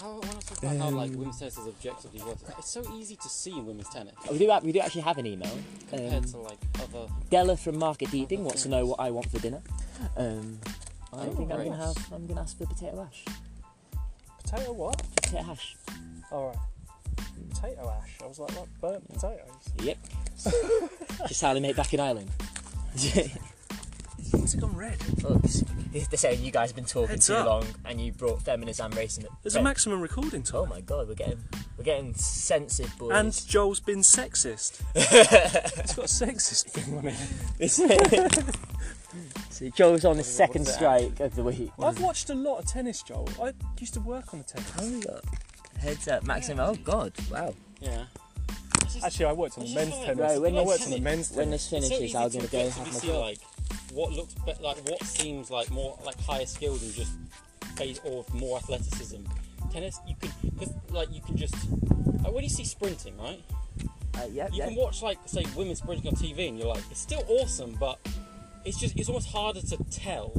[SPEAKER 3] how, when I was talking about how like
[SPEAKER 1] Um,
[SPEAKER 3] women's tennis is objectively worse, it's so easy to see in women's tennis
[SPEAKER 2] We do, have- we do actually have an email.
[SPEAKER 3] compared
[SPEAKER 2] Um,
[SPEAKER 3] to like other.
[SPEAKER 2] Della from Market Deeding wants to know what I want for dinner. Um, I
[SPEAKER 3] Oh,
[SPEAKER 2] think I'm
[SPEAKER 3] great.
[SPEAKER 2] gonna have. I'm gonna ask for potato hash.
[SPEAKER 1] Potato what?
[SPEAKER 2] Potato hash.
[SPEAKER 1] Alright. Potato ash. I was like, like burnt potatoes.
[SPEAKER 2] Yep. Just how they make back in Ireland.
[SPEAKER 1] What's it gone red?
[SPEAKER 2] They're saying you guys have been talking
[SPEAKER 1] Heads
[SPEAKER 2] too
[SPEAKER 1] up.
[SPEAKER 2] long, and you brought feminism and racism.
[SPEAKER 1] There's a maximum recording
[SPEAKER 2] Oh
[SPEAKER 1] time.
[SPEAKER 2] my god, we're getting we're getting censored, boys.
[SPEAKER 1] and Joel's been sexist. it's got a sexist thing on it.
[SPEAKER 2] so Joe's on the second
[SPEAKER 3] that?
[SPEAKER 2] strike of the week.
[SPEAKER 1] I've watched a lot of tennis, Joel. I used to work on the tennis.
[SPEAKER 2] Oh, we got heads up, Maxim. Oh god, wow.
[SPEAKER 3] Yeah.
[SPEAKER 1] Actually, I worked on the men's tennis.
[SPEAKER 2] Right, when
[SPEAKER 1] I
[SPEAKER 2] this-
[SPEAKER 1] worked on the men's tennis.
[SPEAKER 2] When this
[SPEAKER 3] It's
[SPEAKER 2] finishes,
[SPEAKER 3] so
[SPEAKER 2] I'm
[SPEAKER 3] easy
[SPEAKER 2] gonna
[SPEAKER 3] to
[SPEAKER 2] go and
[SPEAKER 3] objectively
[SPEAKER 2] have
[SPEAKER 3] see,
[SPEAKER 2] my coffee.
[SPEAKER 3] like what looks be- like what seems like more like higher skill than just phase or more athleticism. Tennis, you can because like you can just like when you see sprinting, right?
[SPEAKER 2] Uh, yeah,
[SPEAKER 3] You
[SPEAKER 2] yeah.
[SPEAKER 3] can watch like say women sprinting on TV, and you're like, it's still awesome, but it's just it's almost harder to tell.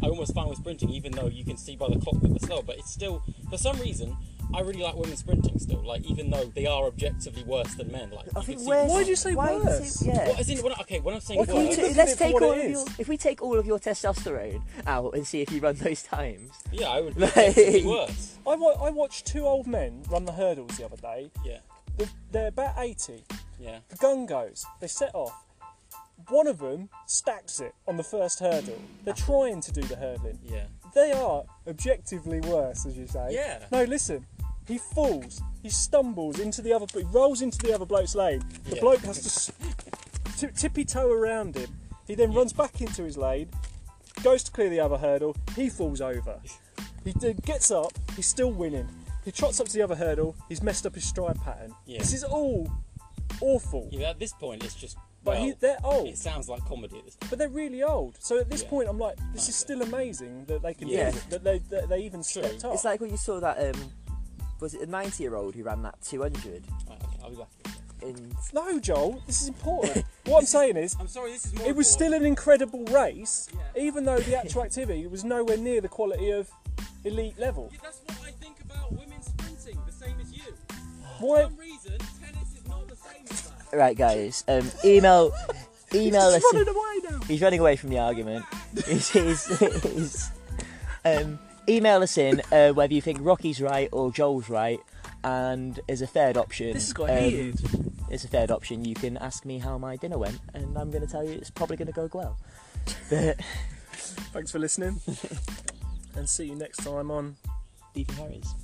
[SPEAKER 3] I almost find with sprinting, even though you can see by the clock that they're slow, but it's still for some reason. I really like women sprinting still, like even though they are objectively worse than men. Like
[SPEAKER 2] I
[SPEAKER 3] you
[SPEAKER 2] think
[SPEAKER 3] can see.
[SPEAKER 2] we're-
[SPEAKER 1] Why do you say
[SPEAKER 2] why do you
[SPEAKER 1] worse?
[SPEAKER 2] say- yeah.
[SPEAKER 3] Well, as in, when I- okay, when I'm saying
[SPEAKER 1] Why can't
[SPEAKER 2] Well,
[SPEAKER 1] you
[SPEAKER 3] worse,
[SPEAKER 1] take-
[SPEAKER 2] let's
[SPEAKER 1] at it for
[SPEAKER 2] take
[SPEAKER 1] what
[SPEAKER 2] all
[SPEAKER 1] it
[SPEAKER 2] of your,
[SPEAKER 1] is.
[SPEAKER 2] if we take all of your testosterone out and see if you run those times.
[SPEAKER 3] yeah, I would
[SPEAKER 2] Like-
[SPEAKER 3] objectively worse.
[SPEAKER 1] I, wa- I watched two old men run the hurdles the other day.
[SPEAKER 3] Yeah,
[SPEAKER 1] The- They're about 80.
[SPEAKER 3] yeah.
[SPEAKER 1] The gun goes. They set off. One of them stacks it on the first hurdle. They're trying to do the hurdling.
[SPEAKER 3] Yeah.
[SPEAKER 1] They are objectively worse, as you say.
[SPEAKER 3] Yeah.
[SPEAKER 1] No, listen. He falls. He stumbles into the other. He rolls into the other bloke's lane. The
[SPEAKER 3] Yeah.
[SPEAKER 1] bloke has to s- t- tippy toe around him. He then runs back into his lane, goes to clear the other hurdle. He falls over. He d- gets up. He's still winning. He trots up to the other hurdle. He's messed up his stride pattern.
[SPEAKER 3] Yeah.
[SPEAKER 1] This is all awful.
[SPEAKER 3] Yeah, at this point, it's just.
[SPEAKER 1] But
[SPEAKER 3] well,
[SPEAKER 1] he, they're old.
[SPEAKER 3] it sounds like comedy at this point.
[SPEAKER 1] But they're really old. So at this
[SPEAKER 3] Yeah.
[SPEAKER 1] point, I'm like, this is still amazing that they can
[SPEAKER 2] Yeah.
[SPEAKER 1] do it, that they that they even
[SPEAKER 3] True.
[SPEAKER 1] stepped up.
[SPEAKER 2] It's like when you saw that, um, was it a 90 year old who ran that 200?
[SPEAKER 3] Right, okay, I'll be back.
[SPEAKER 2] In,
[SPEAKER 1] no, Joel, this is important. what I'm saying is,
[SPEAKER 3] I'm sorry, this is more.
[SPEAKER 1] it was still
[SPEAKER 3] important.
[SPEAKER 1] an incredible race,
[SPEAKER 3] Yeah.
[SPEAKER 1] even though the actual activity was nowhere near the quality of elite level.
[SPEAKER 3] Yeah, that's what I think about women sprinting, the same as you.
[SPEAKER 1] Why?
[SPEAKER 3] reason, tennis is not the same as that.
[SPEAKER 2] right, guys, um, email, email
[SPEAKER 1] He's
[SPEAKER 2] us.
[SPEAKER 1] just running away now.
[SPEAKER 2] He's running away from the argument. He's, he's, he's, um, email us in uh, whether you think Rocky's right or Joel's right, and as a third option,
[SPEAKER 1] This has got
[SPEAKER 2] um,
[SPEAKER 1] heated.
[SPEAKER 2] As a third option, you can ask me how my dinner went, and I'm going to tell you it's probably going to go well. But
[SPEAKER 1] Thanks for listening, and see you next time on.
[SPEAKER 2] Stephen Harris.